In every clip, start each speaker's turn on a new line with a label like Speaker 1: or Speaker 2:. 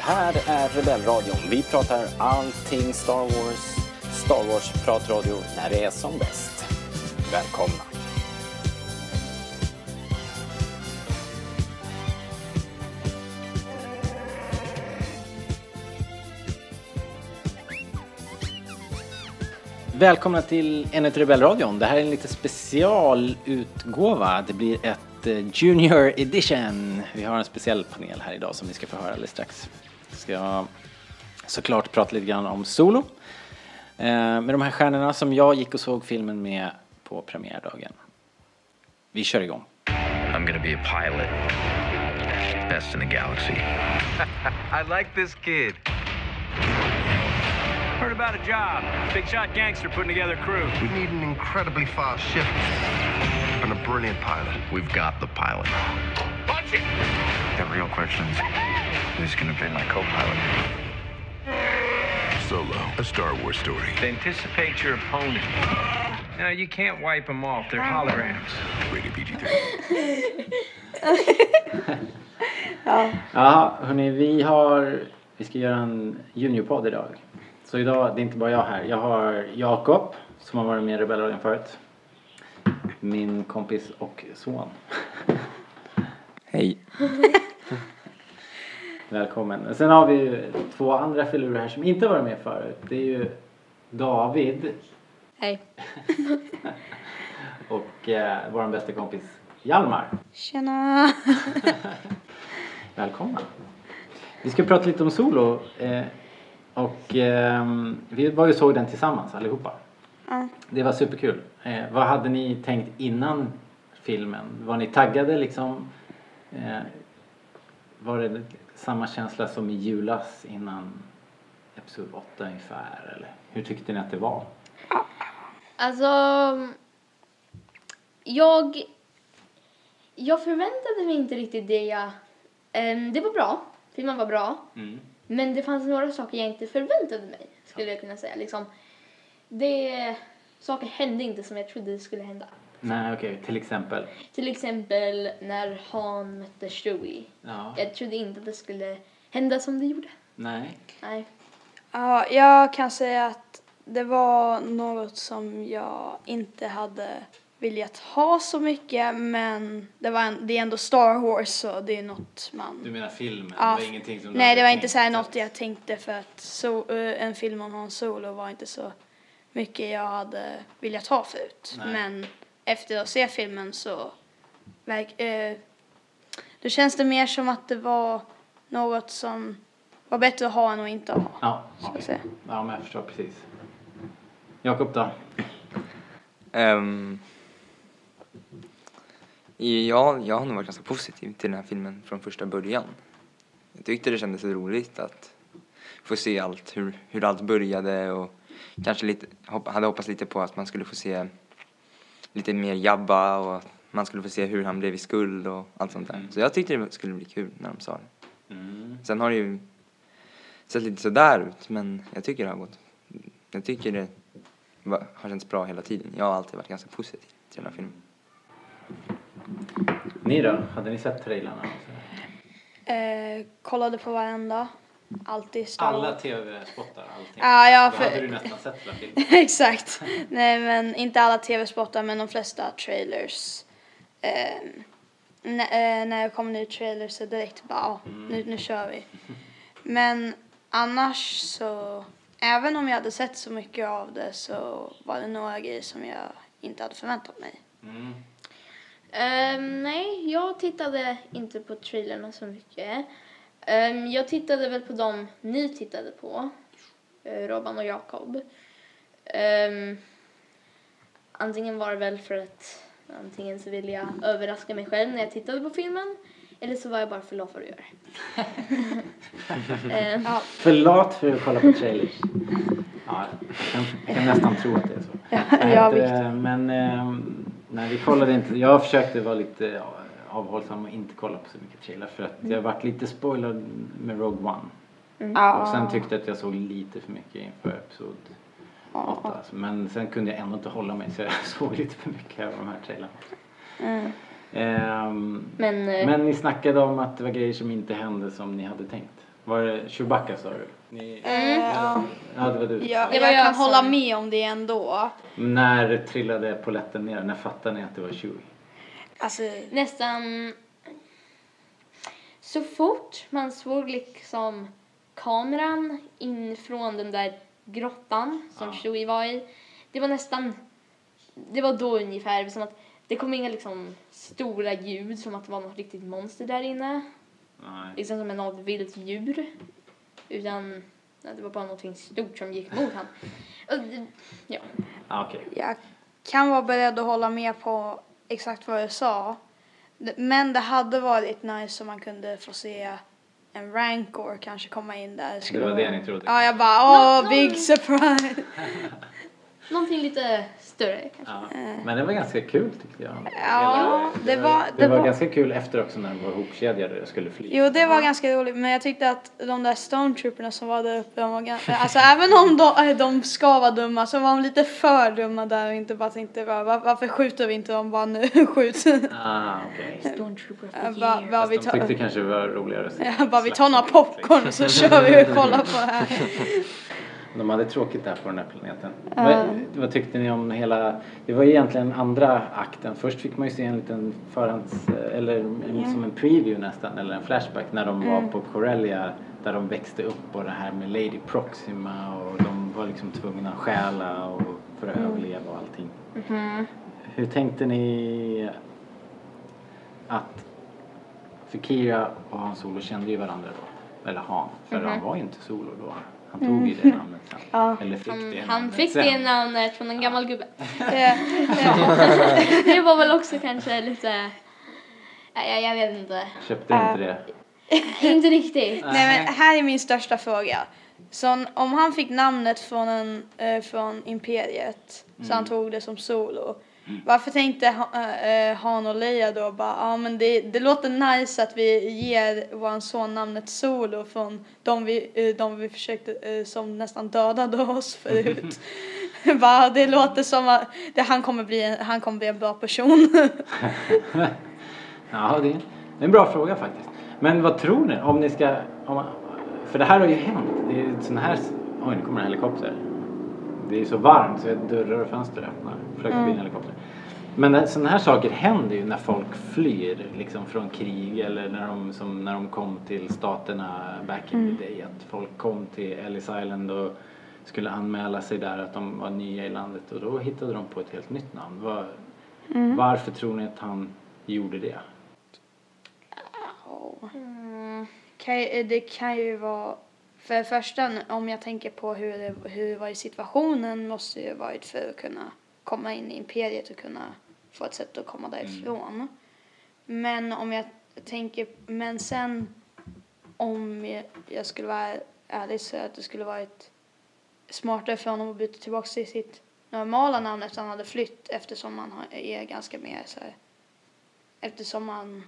Speaker 1: här är Rebellradion. Vi pratar allting Star Wars. Star Wars-pratradio när det är som bäst. Välkomna! Välkomna till ännu ett Rebellradion. Det här är en lite specialutgåva. Det blir ett eh, Junior Edition. Vi har en speciell panel här idag som ni ska få höra alldeles strax. Vi ska såklart prata lite grann om Solo. Eh, Med de här stjärnorna som jag gick och såg filmen med på premiärdagen. Vi kör igång.
Speaker 2: I'm gonna be a pilot. Best in the galaxy.
Speaker 3: I like this kid. Heard about a job. Big shot gangster putting together a crew.
Speaker 4: We need an incredibly fast ship and a brilliant pilot.
Speaker 2: We've got the pilot. The real question is who's gonna be my co pilot?
Speaker 4: Solo, a Star Wars story.
Speaker 3: They anticipate your opponent. No, you can't wipe them off. They're holograms.
Speaker 4: Rated PG-13.
Speaker 1: Ja, hörni, vi har... Vi ska göra en juniorpodd idag. Så idag, det är inte bara jag här. Jag har Jakob, som har varit med i Rebellradion förut. Min kompis och son. Hej. Välkommen. Och Sen har vi ju två andra filurer här som inte har varit med förut. Det är ju David
Speaker 5: Hej.
Speaker 1: och eh, vår bästa kompis Hjalmar.
Speaker 5: Tjena.
Speaker 1: Välkomna. Vi ska prata lite om Solo. Eh, och ehm, vi var ju och såg den tillsammans allihopa.
Speaker 5: Ja.
Speaker 1: Det var superkul. Eh, vad hade ni tänkt innan filmen? Var ni taggade liksom? Eh, var det samma känsla som i julas innan Episod 8 ungefär? Eller hur tyckte ni att det var?
Speaker 6: Alltså, jag, jag förväntade mig inte riktigt det jag... Ehm, det var bra, filmen var bra. Men det fanns några saker jag inte förväntade mig, skulle jag kunna säga. Liksom, det, saker hände inte som jag trodde det skulle hända.
Speaker 1: Nej, okej, till exempel.
Speaker 6: Till exempel när Han mötte Stewie.
Speaker 1: Ja.
Speaker 6: Jag trodde inte att det skulle hända som det gjorde.
Speaker 1: Nej.
Speaker 6: Nej.
Speaker 5: Ja, jag kan säga att det var något som jag inte hade viljat ha så mycket men det, var en, det är ändå Star Wars så det är något man...
Speaker 1: Du menar filmen?
Speaker 5: Ja.
Speaker 1: Det var ingenting som du
Speaker 5: Nej,
Speaker 1: hade
Speaker 5: det var
Speaker 1: tänkt
Speaker 5: inte så här
Speaker 1: att-
Speaker 5: något jag tänkte för att so, eh, en film om Han Solo var inte så mycket jag hade viljat ha förut.
Speaker 1: Nej.
Speaker 5: Men efter att se filmen så verk, eh, då känns det mer som att det var något som var bättre att ha än att inte ha.
Speaker 1: Ja,
Speaker 5: Så
Speaker 1: okej.
Speaker 5: att säga.
Speaker 1: ja men jag förstår precis. Jakob då?
Speaker 7: Ehm, jag, jag har nog varit ganska positiv till den här filmen från första början. Jag tyckte det kändes roligt att få se allt, hur, hur allt började och kanske lite, hopp, hade hoppats lite på att man skulle få se lite mer Jabba och att man skulle få se hur han blev i skuld och allt sånt där. Så jag tyckte det skulle bli kul när de sa det. Sen har det ju sett lite sådär ut men jag tycker det har gått, jag tycker det va- har känts bra hela tiden. Jag har alltid varit ganska positiv till den här filmen.
Speaker 1: Ni då? Hade ni sett trailrarna?
Speaker 5: Eh, kollade på varenda. Alltid Star
Speaker 1: Alla
Speaker 5: Wars.
Speaker 1: tv-spottar allting.
Speaker 5: Ja, ja,
Speaker 1: Då
Speaker 5: för-
Speaker 1: hade du nästan sett hela filmen.
Speaker 5: Exakt. Nej, men inte alla tv-spottar, men de flesta trailers. Ehm, nä- eh, när jag kom ny trailer så direkt bara, ja, nu, nu kör vi. Men annars så, även om jag hade sett så mycket av det så var det några grejer som jag inte hade förväntat mig.
Speaker 1: Mm.
Speaker 6: Ehm, nej, jag tittade inte på trailerna så mycket. Ehm, jag tittade väl på dem ni tittade på, eh, Robban och Jakob. Ehm, antingen var det väl för att antingen så ville jag överraska mig själv när jag tittade på filmen eller så var jag bara för lat för att göra det. Ehm,
Speaker 1: För lat för att kolla på trailers. Ja, jag kan, jag kan nästan tro att det är så. Vad
Speaker 5: ja,
Speaker 1: heter det? men ehm, nej, vi kollade inte. Jag försökte vara lite eh, avhållsam och inte kolla på så mycket trailer för att jag varit lite spoilad med Rogue One. Och sen tyckte jag att jag såg lite för mycket inför episod 8. Alltså. Men sen kunde jag ändå inte hålla mig så jag såg lite för mycket av de här Ehm, trailrarna. Ehm,
Speaker 6: men eh,
Speaker 5: Mm.
Speaker 1: men ni snackade om att det var grejer som inte hände som ni hade tänkt.
Speaker 8: Var det Chewbacca sa du? Ni...
Speaker 5: Eh, ja.
Speaker 8: Ja, det var du.
Speaker 5: Ja,
Speaker 6: Det var
Speaker 5: jag
Speaker 6: jag
Speaker 5: kan
Speaker 6: som-
Speaker 5: hålla med om det ändå.
Speaker 8: När trillade poletten ner? När fattade ni att det var Chewie?
Speaker 5: Alltså,
Speaker 6: nästan så fort man såg liksom kameran in från den där grottan som
Speaker 8: Ja.
Speaker 6: Chewie var i. Det var nästan, det var då ungefär som att det kom inga liksom stora ljud som att det var något riktigt monster där inne.
Speaker 8: Nej.
Speaker 6: Liksom som en något vilt djur. Utan nej, det var bara någonting stort som gick mot han. Och det- Ja.
Speaker 8: Ah, Okej.
Speaker 5: jag kan vara beredd att hålla med på exakt vad du sa. D- Men det hade varit nice om man kunde få se en rancor kanske komma in där.
Speaker 8: Det var det ni trodde?
Speaker 5: Ja, jag bara åh,
Speaker 6: Nå- nå-
Speaker 5: big surprise!
Speaker 6: Någonting lite större kanske.
Speaker 8: Ja. Men det var ganska kul tyckte jag.
Speaker 5: Ja,
Speaker 8: Hela-
Speaker 5: det var-
Speaker 8: det
Speaker 5: Eh. det
Speaker 8: var
Speaker 5: var-
Speaker 8: ganska kul efter också när de var ihopkedjade och skulle fly.
Speaker 5: Jo, det var ganska roligt, men jag tyckte att de där stormtrooperna som var där uppe, de var ganska, alltså även om de, eh, de ska vara dumma så var de lite för dumma där och inte bara tänkte bara, "Va- varför skjuter vi inte dem bara nu, skjut.
Speaker 8: Ah, okej.
Speaker 6: Stormtrooper of the
Speaker 5: Jag bara,
Speaker 6: year.
Speaker 5: bara, vi
Speaker 8: Fast de
Speaker 5: tar,
Speaker 8: tyckte liksom. kanske det var roligare att se.
Speaker 5: jag bara, vi tar några popcorn och så kör vi och kollar på det här.
Speaker 8: De hade tråkigt där på den här planeten. Vad, vad tyckte ni om hela... Det var ju egentligen andra akten. Först fick man ju se en liten förhands... Eller en- som en preview nästan, eller en flashback när de
Speaker 5: Mm.
Speaker 8: var på Corellia där de växte upp och det här med Lady Proxima och de var liksom tvungna att stjäla och för att överleva och allting. Hur tänkte ni att... För Kira och Han Solo kände ju varandra då. Eller Han, för han var ju inte Solo då. Han tog ju det namnet sen. Eller fick det
Speaker 6: Han, Mm, han
Speaker 8: namnet
Speaker 6: fick
Speaker 8: sen.
Speaker 6: det namnet från en gammal gubbe.
Speaker 5: Eh,
Speaker 6: Det var väl också kanske lite... Nej, jag, jag vet inte.
Speaker 8: Köpte inte det.
Speaker 6: Inte riktigt.
Speaker 5: Nej men här är min största fråga. Så om han fick namnet från, en, eh, från Imperiet så han tog det som solo. Varför tänkte ha, eh, eh, Han och Leia då bara, ja ah, men det, det låter nice att vi ger vår son namnet Solo från de vi, eh, de vi försökte, eh, som nästan dödade oss förut. bara, det låter som att det, han, kommer bli en, han kommer bli en bra person.
Speaker 8: Ja, det är en bra fråga faktiskt. Men vad tror ni? Om ni ska... Om, för det här har ju hänt. Det är ju sån här... Oj, nu kommer en helikopter. Det är ju så varmt så dörrar och fönster öppnar. Flög förbi en helikopter. Men sådana här saker händer ju när folk flyr liksom från krig eller när de, som när de kom till staterna back in the day. Att folk kom till Ellis Island och skulle anmäla sig där att de var nya i landet och då hittade de på ett helt nytt namn. Var, Varför tror ni att han gjorde det?
Speaker 5: kan, ju- eh, det kan ju vara... För det första, om jag tänker på hur det, hur det var i situationen måste det ju varit för att kunna komma in i imperiet och kunna få ett sätt att komma därifrån. Men om jag tänker... Men sen om jag, jag skulle vara ärlig så att det skulle varit smartare för honom att byta tillbaka till sitt normala namn efter han hade flytt eftersom han har- är ganska mer så här, Eftersom han...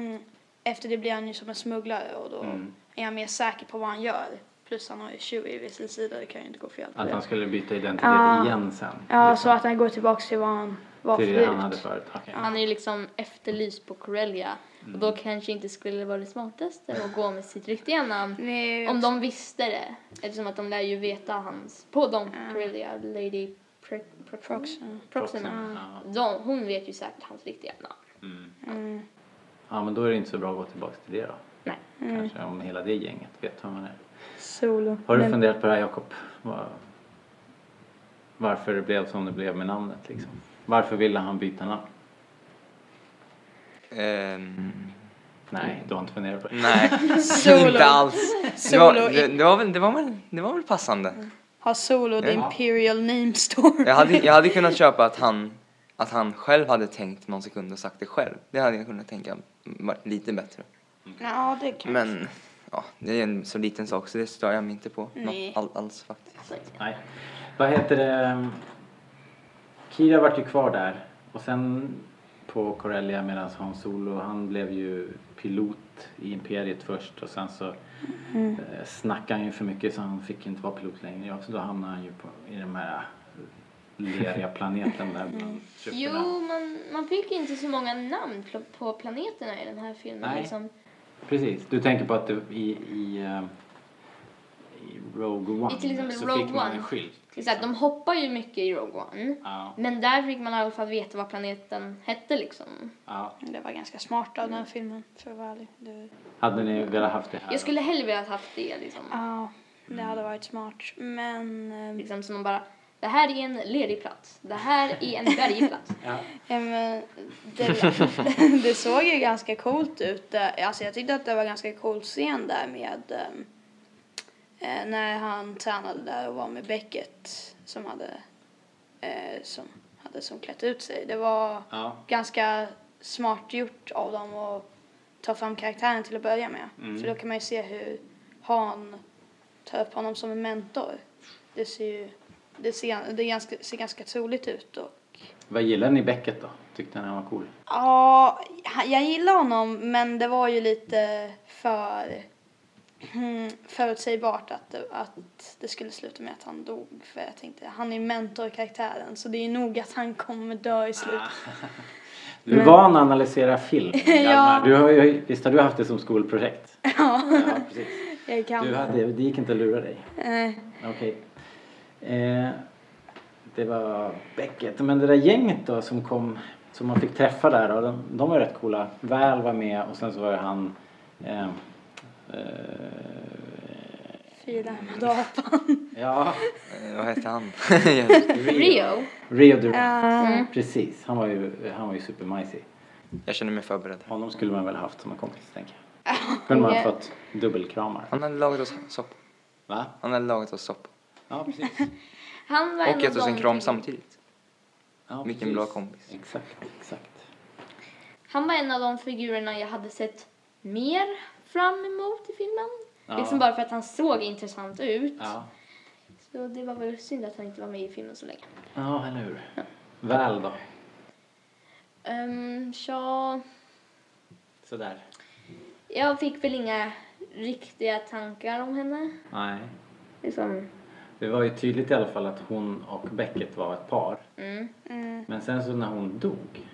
Speaker 5: efter det blir han ju som en smugglare och då
Speaker 8: Mm.
Speaker 5: är han mer säker på vad han gör. Plus han har ju Chewie vid sin sida, det kan ju inte gå fel på
Speaker 8: Att han
Speaker 5: det.
Speaker 8: skulle byta identitet
Speaker 5: Ja.
Speaker 8: igen sen?
Speaker 5: Ja,
Speaker 8: liksom,
Speaker 5: så att han går tillbaka till vad han var
Speaker 8: Till det han hade
Speaker 5: förut.
Speaker 8: förut? Okej.
Speaker 6: Han är ju liksom efterlyst på Corellia. Och då kanske inte skulle vara det smartaste att gå med sitt riktiga namn.
Speaker 5: Nej,
Speaker 6: Om de visste det. Eftersom att de lär ju veta hans... På de Corellia, Lady Pro- Pro- Proxima. Proxima.
Speaker 8: Ja.
Speaker 6: De, hon vet ju säkert hans riktiga namn.
Speaker 8: ja, men då är det inte så bra att gå tillbaka till det då.
Speaker 6: Nej.
Speaker 8: Kanske
Speaker 5: Mm.
Speaker 8: om hela det gänget vet vem man är.
Speaker 5: Solo.
Speaker 8: Har du funderat på det här Jakob? Var- Varför det blev som det blev med namnet liksom? Varför ville han byta namn?
Speaker 7: Ehm,
Speaker 8: Nej, du har inte funderat på det?
Speaker 7: nej,
Speaker 5: Solo.
Speaker 7: inte alls. Det var,
Speaker 5: Solo
Speaker 7: det,
Speaker 5: i-
Speaker 7: det, var väl, det, var väl, det var väl passande.
Speaker 5: Har Solo the
Speaker 7: Ja.
Speaker 5: Imperial Name Store.
Speaker 7: Jag hade, jag hade kunnat köpa att han, att han själv hade tänkt någon sekund och sagt det själv. Det hade jag kunnat tänka varit lite bättre.
Speaker 5: Ja, det kan
Speaker 7: Men ja, det är en så liten sak så det stör jag mig inte på. nå-
Speaker 5: Nej.
Speaker 7: All, alls faktiskt.
Speaker 8: Nej. Vad heter det? Kira vart ju kvar där och sen på Corellia medan Hans Solo, han blev ju pilot i Imperiet först och sen så mm. snackade han ju för mycket så han fick inte vara pilot längre. Ja, Så då hamnade han ju på, i den här leriga planeten där
Speaker 6: Mm.
Speaker 8: bland trupperna.
Speaker 6: Jo, man, man fick ju inte så många namn pl- på planeterna i den här filmen.
Speaker 8: Nej.
Speaker 6: Liksom.
Speaker 8: Precis, du tänker på att du i, i, eh, i Rogue One
Speaker 6: I till exempel
Speaker 8: så
Speaker 6: liksom Rogue
Speaker 8: fick man
Speaker 6: One.
Speaker 8: en skylt.
Speaker 6: Exakt, de hoppar ju mycket i Rogue One.
Speaker 8: Ja,
Speaker 6: Men där fick man i alla fall veta vad planeten hette liksom.
Speaker 8: ja.
Speaker 5: Det var ganska smart av den filmen, för att vara ärlig. Det,
Speaker 8: Hade ni velat haft det här?
Speaker 6: Jag skulle hellre velat haft det liksom.
Speaker 5: ja, det hade varit smart. Men, eh,
Speaker 6: Liksom som man bara, det här är en ledig plats. Det här är en bergig plats.
Speaker 8: Ja.
Speaker 5: ja, men det, det såg ju ganska coolt ut. eh, Alltså jag tyckte att det var ganska cool scen där med eh, eh, när han tränade där och var med Beckett som hade, eh, som hade som klätt ut sig. Det var
Speaker 8: Ja.
Speaker 5: ganska smart gjort av dem att ta fram karaktären till att börja med. För då kan man ju se hur Han tar upp honom som en mentor. Det ser ju det ser, det är ganska, ser ganska troligt ut. Och,
Speaker 8: Vad gillade ni Beckett då? Tyckte ni han var cool?
Speaker 5: ja, han- jag gillar honom men det var ju lite för hmm, förutsägbart att det, att det skulle sluta med att han dog. För jag tänkte, han är mentorkaraktären så det är nog att han kommer dö i slutet.
Speaker 8: Ah. Du
Speaker 5: Mm.
Speaker 8: är van att analysera film. Hjalmar. du har ju, visst har du haft det som skolprojekt? Ja. precis.
Speaker 5: Jag kan.
Speaker 8: Du hade, det gick inte att lura dig.
Speaker 5: Nej.
Speaker 8: Okej. Eh, det var Beckett. Men det där gänget då som kom, som man fick träffa där då, de, de var rätt coola. Väl var med och sen så var det han eh, eh,
Speaker 5: Fyrlämnade apan.
Speaker 8: Ja,
Speaker 7: Eh, vad hette han?
Speaker 6: Rio.
Speaker 8: Rio de
Speaker 5: Ja. Mm.
Speaker 8: Precis, han var ju, han var ju supermajsig.
Speaker 7: jag känner mig förberedd.
Speaker 8: Honom skulle man väl haft som en kompis tänker jag. Kunde man ha
Speaker 6: Ja.
Speaker 8: fått dubbelkramar.
Speaker 7: Han hade lagat oss soppa.
Speaker 8: Va?
Speaker 7: Han hade lagat oss soppa.
Speaker 8: Ja, precis.
Speaker 6: Han var en
Speaker 7: Och
Speaker 6: av
Speaker 7: gett oss en
Speaker 6: dem
Speaker 7: kram
Speaker 6: till-
Speaker 7: samtidigt.
Speaker 8: Ja,
Speaker 7: Vilken bra kompis.
Speaker 8: Exakt, exakt.
Speaker 6: Han var en av de figurerna jag hade sett mer fram emot i filmen.
Speaker 8: Ja.
Speaker 6: Liksom bara för att han såg intressant ut.
Speaker 8: Ja,
Speaker 6: Så det var väl synd att han inte var med i filmen så länge.
Speaker 8: ja eller hur. Väl då.
Speaker 6: Um, så
Speaker 8: Sådär.
Speaker 6: jag fick väl inga riktiga tankar om henne.
Speaker 8: Nej.
Speaker 6: Liksom.
Speaker 8: Det var ju tydligt i alla fall att hon och Beckett var ett par.
Speaker 6: Mm.
Speaker 8: Men sen så när hon dog,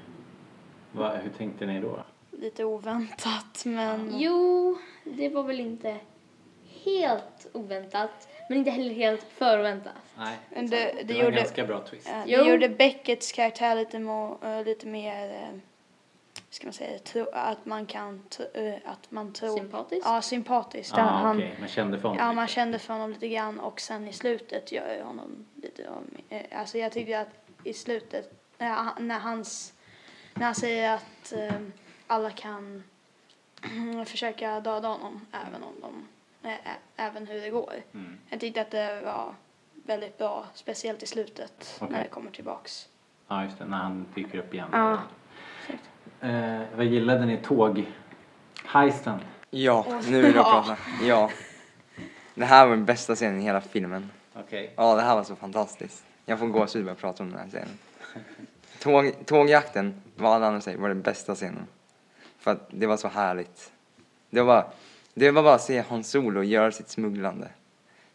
Speaker 8: vad, hur tänkte ni då?
Speaker 5: Lite oväntat men...
Speaker 6: Jo, det var väl inte helt oväntat. Men inte heller helt förväntat.
Speaker 8: Nej.
Speaker 5: Men det, det,
Speaker 8: Det, var en
Speaker 5: gjorde,
Speaker 8: ganska bra twist.
Speaker 5: eh,
Speaker 6: Jo.
Speaker 5: det gjorde Beckets karaktär lite, mo, eh, lite mer, eh, ska man säga, tro, att man kan, tro, eh, att man tror.
Speaker 6: Sympatisk.
Speaker 5: Ja, sympatisk. Där
Speaker 8: ah,
Speaker 5: han,
Speaker 8: okej. Man kände för honom
Speaker 5: Ja, man
Speaker 8: lite.
Speaker 5: kände för honom lite grann och sen i slutet gör jag honom lite om, eh, alltså jag tyckte att i slutet, eh, han- när hans, när han säger att eh, alla kan försöka döda honom även om de, eh, ä- även hur det går.
Speaker 8: Mm.
Speaker 5: Jag tyckte att det var väldigt bra, speciellt i slutet
Speaker 8: Okej.
Speaker 5: när det kommer tillbaks.
Speaker 8: Ja, just det. När han dyker upp igen.
Speaker 5: Ja.
Speaker 8: Eh, vad gillade ni tåg? Heisten.
Speaker 7: Ja, nu vill jag prata. Ja. Det här var den bästa scenen i hela filmen.
Speaker 8: Okej.
Speaker 7: Ja, det här var så fantastiskt. Jag får gåshud bara jag pratar om den här scenen. Tåg, tågjakten, vad alla andra säger, var den bästa scenen. För att det var så härligt. Det var bara, det var bara att se Han Solo göra sitt smugglande.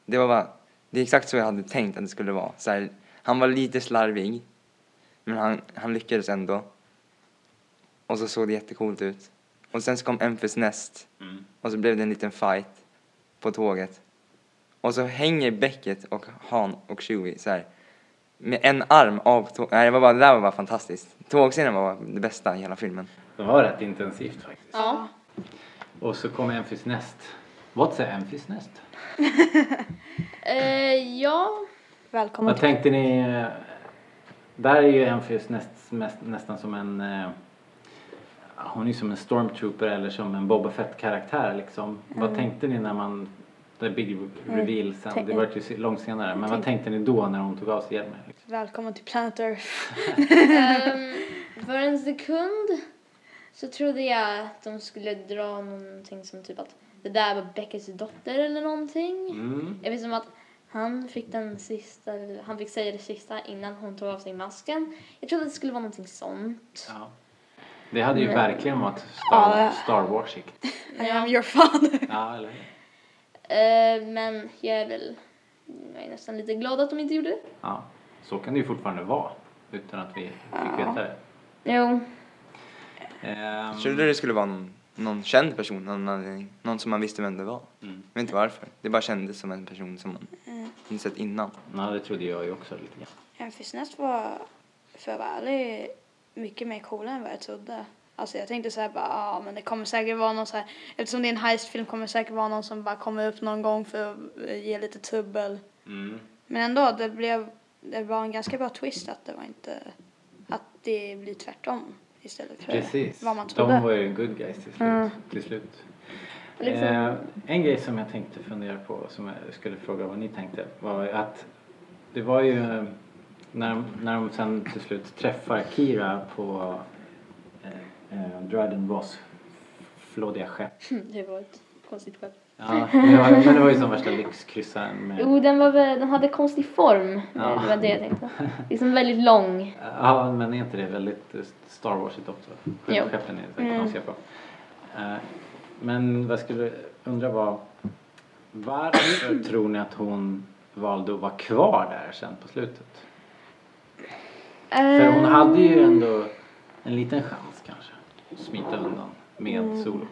Speaker 7: Det var bara, det är exakt så jag hade tänkt att det skulle vara. Så här, han var lite slarvig, men han, han lyckades ändå. Och så såg det jättecoolt ut. Och sen så kom Memphis Nest.
Speaker 8: Mm.
Speaker 7: Och så blev det en liten fight på tåget. Och så hänger Becket och Han och Chewie så här. Med en arm av tåg. Nej, det, var bara, det där var bara fantastiskt. Tågscenen var bara det bästa i hela filmen.
Speaker 8: Det var rätt intensivt faktiskt.
Speaker 6: Ja.
Speaker 8: Och så kom Enfys Nest. What's a Enfys Nest?
Speaker 6: Eh, ja,
Speaker 5: Välkommen
Speaker 8: Vad tänkte ni? eh, Där är ju Enfys Nest mest, nästan som en... Eh, hon är ju som en stormtrooper eller som en Boba Fett-karaktär liksom.
Speaker 5: Mm.
Speaker 8: Vad tänkte ni när man... The big reveal sen, det var ju se- långt senare. Men vad tänkte ni då när hon tog av sig hjälmen? Liksom?
Speaker 5: till, välkommen till Planet Earth.
Speaker 6: Ehm, för en sekund så trodde jag att de skulle dra någonting som typ att det där var Beckets dotter eller någonting.
Speaker 8: Mm.
Speaker 6: Jag vet som att han fick den sista, han fick säga det sista innan hon tog av sig masken. Jag trodde att det skulle vara någonting sånt.
Speaker 8: Ja. Det hade ju verkligen varit Star,
Speaker 5: Mm. Ja.
Speaker 8: Star Wars-igt.
Speaker 5: I am your father.
Speaker 8: Ja, eller hur?
Speaker 6: Eh, men jag är väl, jag är nästan lite glad att de inte gjorde det.
Speaker 8: Ja, så kan det ju fortfarande vara utan att vi fick veta det.
Speaker 6: Jo.
Speaker 8: Ehm,
Speaker 7: Trodde du det skulle vara någon någon känd person, någon, anledning. någon som man visste vem det var.
Speaker 8: Mm.
Speaker 7: Jag vet inte varför. Det bara kändes som en person som man inte sett innan.
Speaker 8: Ja, det trodde jag ju också lite grann.
Speaker 5: Hemfisnäs var, för att vara ärlig, mycket mer coola än vad jag trodde. Alltså jag tänkte såhär bara, ja men det kommer säkert vara någon så här, eftersom det är en heistfilm kommer det säkert vara någon som bara kommer upp någon gång för att eh, ge lite trubbel.
Speaker 8: Mm.
Speaker 5: Men ändå, det blev, det var en ganska bra twist att det var inte, att det blir tvärtom istället för
Speaker 8: Precis.
Speaker 5: vad man trodde.
Speaker 8: De var ju good guys till slut.
Speaker 5: Mm.
Speaker 8: Till slut.
Speaker 6: Liksom-
Speaker 8: Eh, en grej som jag tänkte fundera på, som jag skulle fråga vad ni tänkte, var ju att det var ju eh, när, de- när de sen till slut träffar Kira på eh, eh, Dryden Boss flådiga skepp.
Speaker 6: Mm, Det var ett konstigt skämt.
Speaker 8: Ja, det var, men det var ju som värsta lyxkryssaren med...
Speaker 6: Jo, den, var väl, den hade konstig form.
Speaker 8: Ja.
Speaker 6: Det var det jag tänkte. Liksom väldigt lång.
Speaker 8: Ja, men är inte det väldigt eh, Star Warsigt också?
Speaker 6: Jo.
Speaker 8: Skepp- Skeppen är så här knasiga på. Eh, Men vad jag skulle undra var varför tror ni att hon valde att vara kvar där sen på slutet? För hon hade ju ändå en liten chans kanske att smita undan med Solo.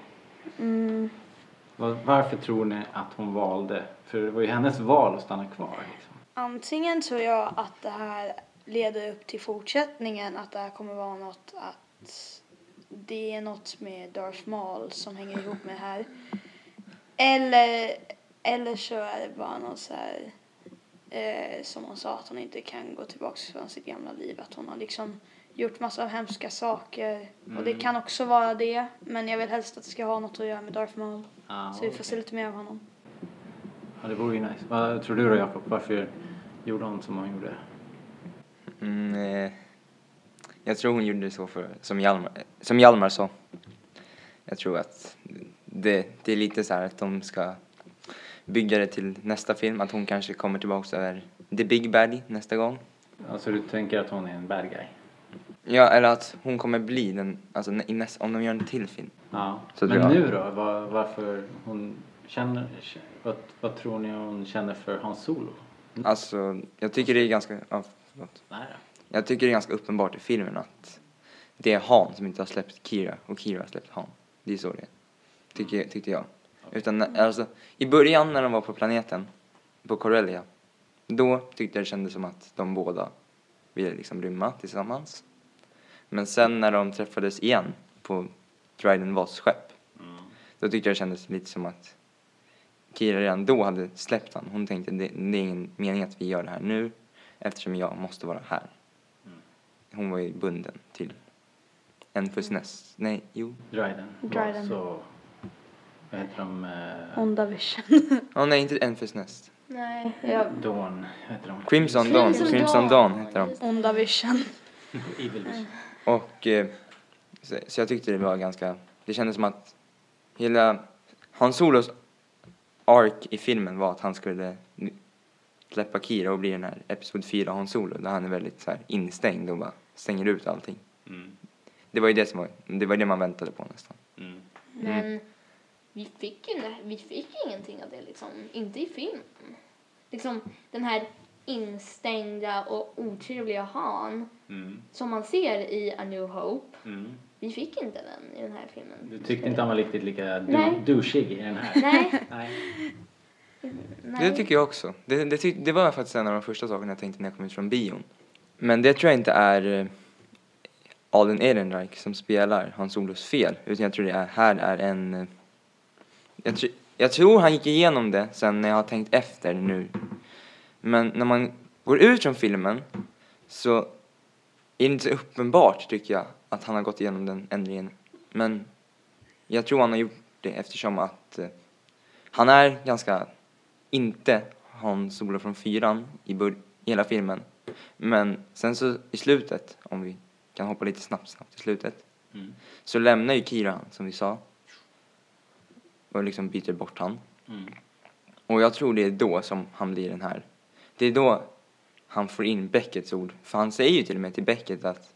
Speaker 8: Var- Varför tror ni att hon valde? För det var ju hennes val att stanna kvar. Liksom.
Speaker 5: Antingen tror jag att det här leder upp till fortsättningen, att det här kommer vara något att det är något med Darth Maul som hänger ihop med det här. Eller, eller så är det bara något så här, eh, som hon sa, att hon inte kan gå tillbaka från sitt gamla liv, att hon har liksom gjort massa av hemska saker. Och
Speaker 8: Mm.
Speaker 5: det kan också vara det, men jag vill helst att det ska ha något att göra med Darth Maul.
Speaker 8: Ah,
Speaker 5: så vi får se
Speaker 8: okej.
Speaker 5: lite mer av honom.
Speaker 8: Ja, det vore ju nice. Vad tror du då Jakob? Varför gjorde hon som hon gjorde?
Speaker 7: Mm, eh, jag tror hon gjorde det så för, som, Hjalmar, eh, som Hjalmar sa. Jag tror att det, det är lite så här att de ska bygga det till nästa film. Att hon kanske kommer tillbaka över The Big Bad nästa gång.
Speaker 8: Alltså du tänker att hon är en bad guy?
Speaker 7: Ja, eller att hon kommer bli den, alltså nä- i näst, om de gör en till film.
Speaker 8: Ja.
Speaker 7: Så
Speaker 8: Men
Speaker 7: tror jag.
Speaker 8: nu då? Var, varför hon känner... k- Vad, vad tror ni hon känner för Hans Solo?
Speaker 7: Alltså, jag tycker det är ganska, ja, förlåt.
Speaker 8: Nej.
Speaker 7: Jag tycker det är ganska uppenbart i filmen att det är Han som inte har släppt Kira och Kira har släppt Han. Det är så det är. Tycker, tyckte jag. Utan alltså, i början när de var på planeten, på Corellia, då tyckte jag det kändes som att de båda ville liksom rymma tillsammans. Men sen när de träffades igen på Dryden Voss skepp, då tyckte jag det kändes lite som att Kira redan då hade släppt han. Hon tänkte det, det är ingen mening att vi gör det här nu eftersom jag måste vara här. Hon var ju bunden till en fussnäs. Nej, jo.
Speaker 8: Dryden.
Speaker 5: Dryden.
Speaker 8: Så, vad heter de? Eh,
Speaker 5: Onda vision.
Speaker 7: Åh nej, inte en fussnäs.
Speaker 6: Nej, jag...
Speaker 8: Dawn. Vad heter de?
Speaker 7: Crimson Dawn.
Speaker 6: Crimson
Speaker 7: Crimson
Speaker 6: Dawn.
Speaker 7: Dawn heter de.
Speaker 5: Onda vision.
Speaker 8: Evil Vision.
Speaker 7: Och eh, så, så jag tyckte det var ganska, det kändes som att hela Hans Solos ark i filmen var att han skulle n- släppa Kira och bli den här Episod 4 Hans Solo där han är väldigt så här instängd och bara stänger ut allting.
Speaker 8: Mm.
Speaker 7: Det var ju det som var, det var det man väntade på nästan.
Speaker 8: Mm.
Speaker 6: Men vi fick, ju, nä- vi fick ingenting av det liksom. Inte i filmen. Liksom den här instängda och otrevliga Han
Speaker 8: Mm.
Speaker 6: som man ser i A New Hope.
Speaker 8: Mm.
Speaker 6: Vi fick inte den i den här filmen.
Speaker 8: Du tyckte inte han var riktigt lika
Speaker 6: Nej.
Speaker 8: du- douchig i den här?
Speaker 6: Nej,
Speaker 8: Nej.
Speaker 6: nej.
Speaker 7: Det tycker jag också. Det, det, tyck- det var faktiskt en av de första sakerna jag tänkte när jag kom ut från bion. Men det tror jag inte är eh, Alden Ehrenreich som spelar Hans Solos fel. Utan jag tror det är, här är en... eh, Jag, tr- jag tror han gick igenom det sen när jag har tänkt efter nu. Men när man går ut från filmen så är det inte så uppenbart tycker jag att han har gått igenom den ändringen. Men jag tror han har gjort det eftersom att eh, han är ganska inte Hans Solo från fyran i, bör- i hela filmen. Men sen så i slutet, om vi kan hoppa lite snabbt, snabbt till slutet,
Speaker 8: Mm.
Speaker 7: så lämnar ju Kira han, som vi sa. Och liksom byter bort han.
Speaker 8: Mm.
Speaker 7: Och jag tror det är då som han blir den här. Det är då han får in Beckets ord. För han säger ju till och med till Becket att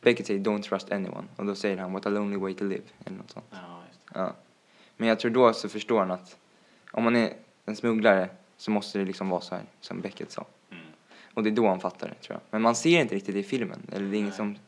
Speaker 7: Becket säger “Don't trust anyone” och då säger han “What a lonely way to live” eller något sånt.
Speaker 8: Ja, just det.
Speaker 7: Ja. Men jag tror då så förstår han att om man är en smugglare så måste det liksom vara så här som Beckett sa.
Speaker 8: Mm.
Speaker 7: Och det är då han fattar det tror jag. Men man ser inte riktigt det i filmen. Eller det är ingen som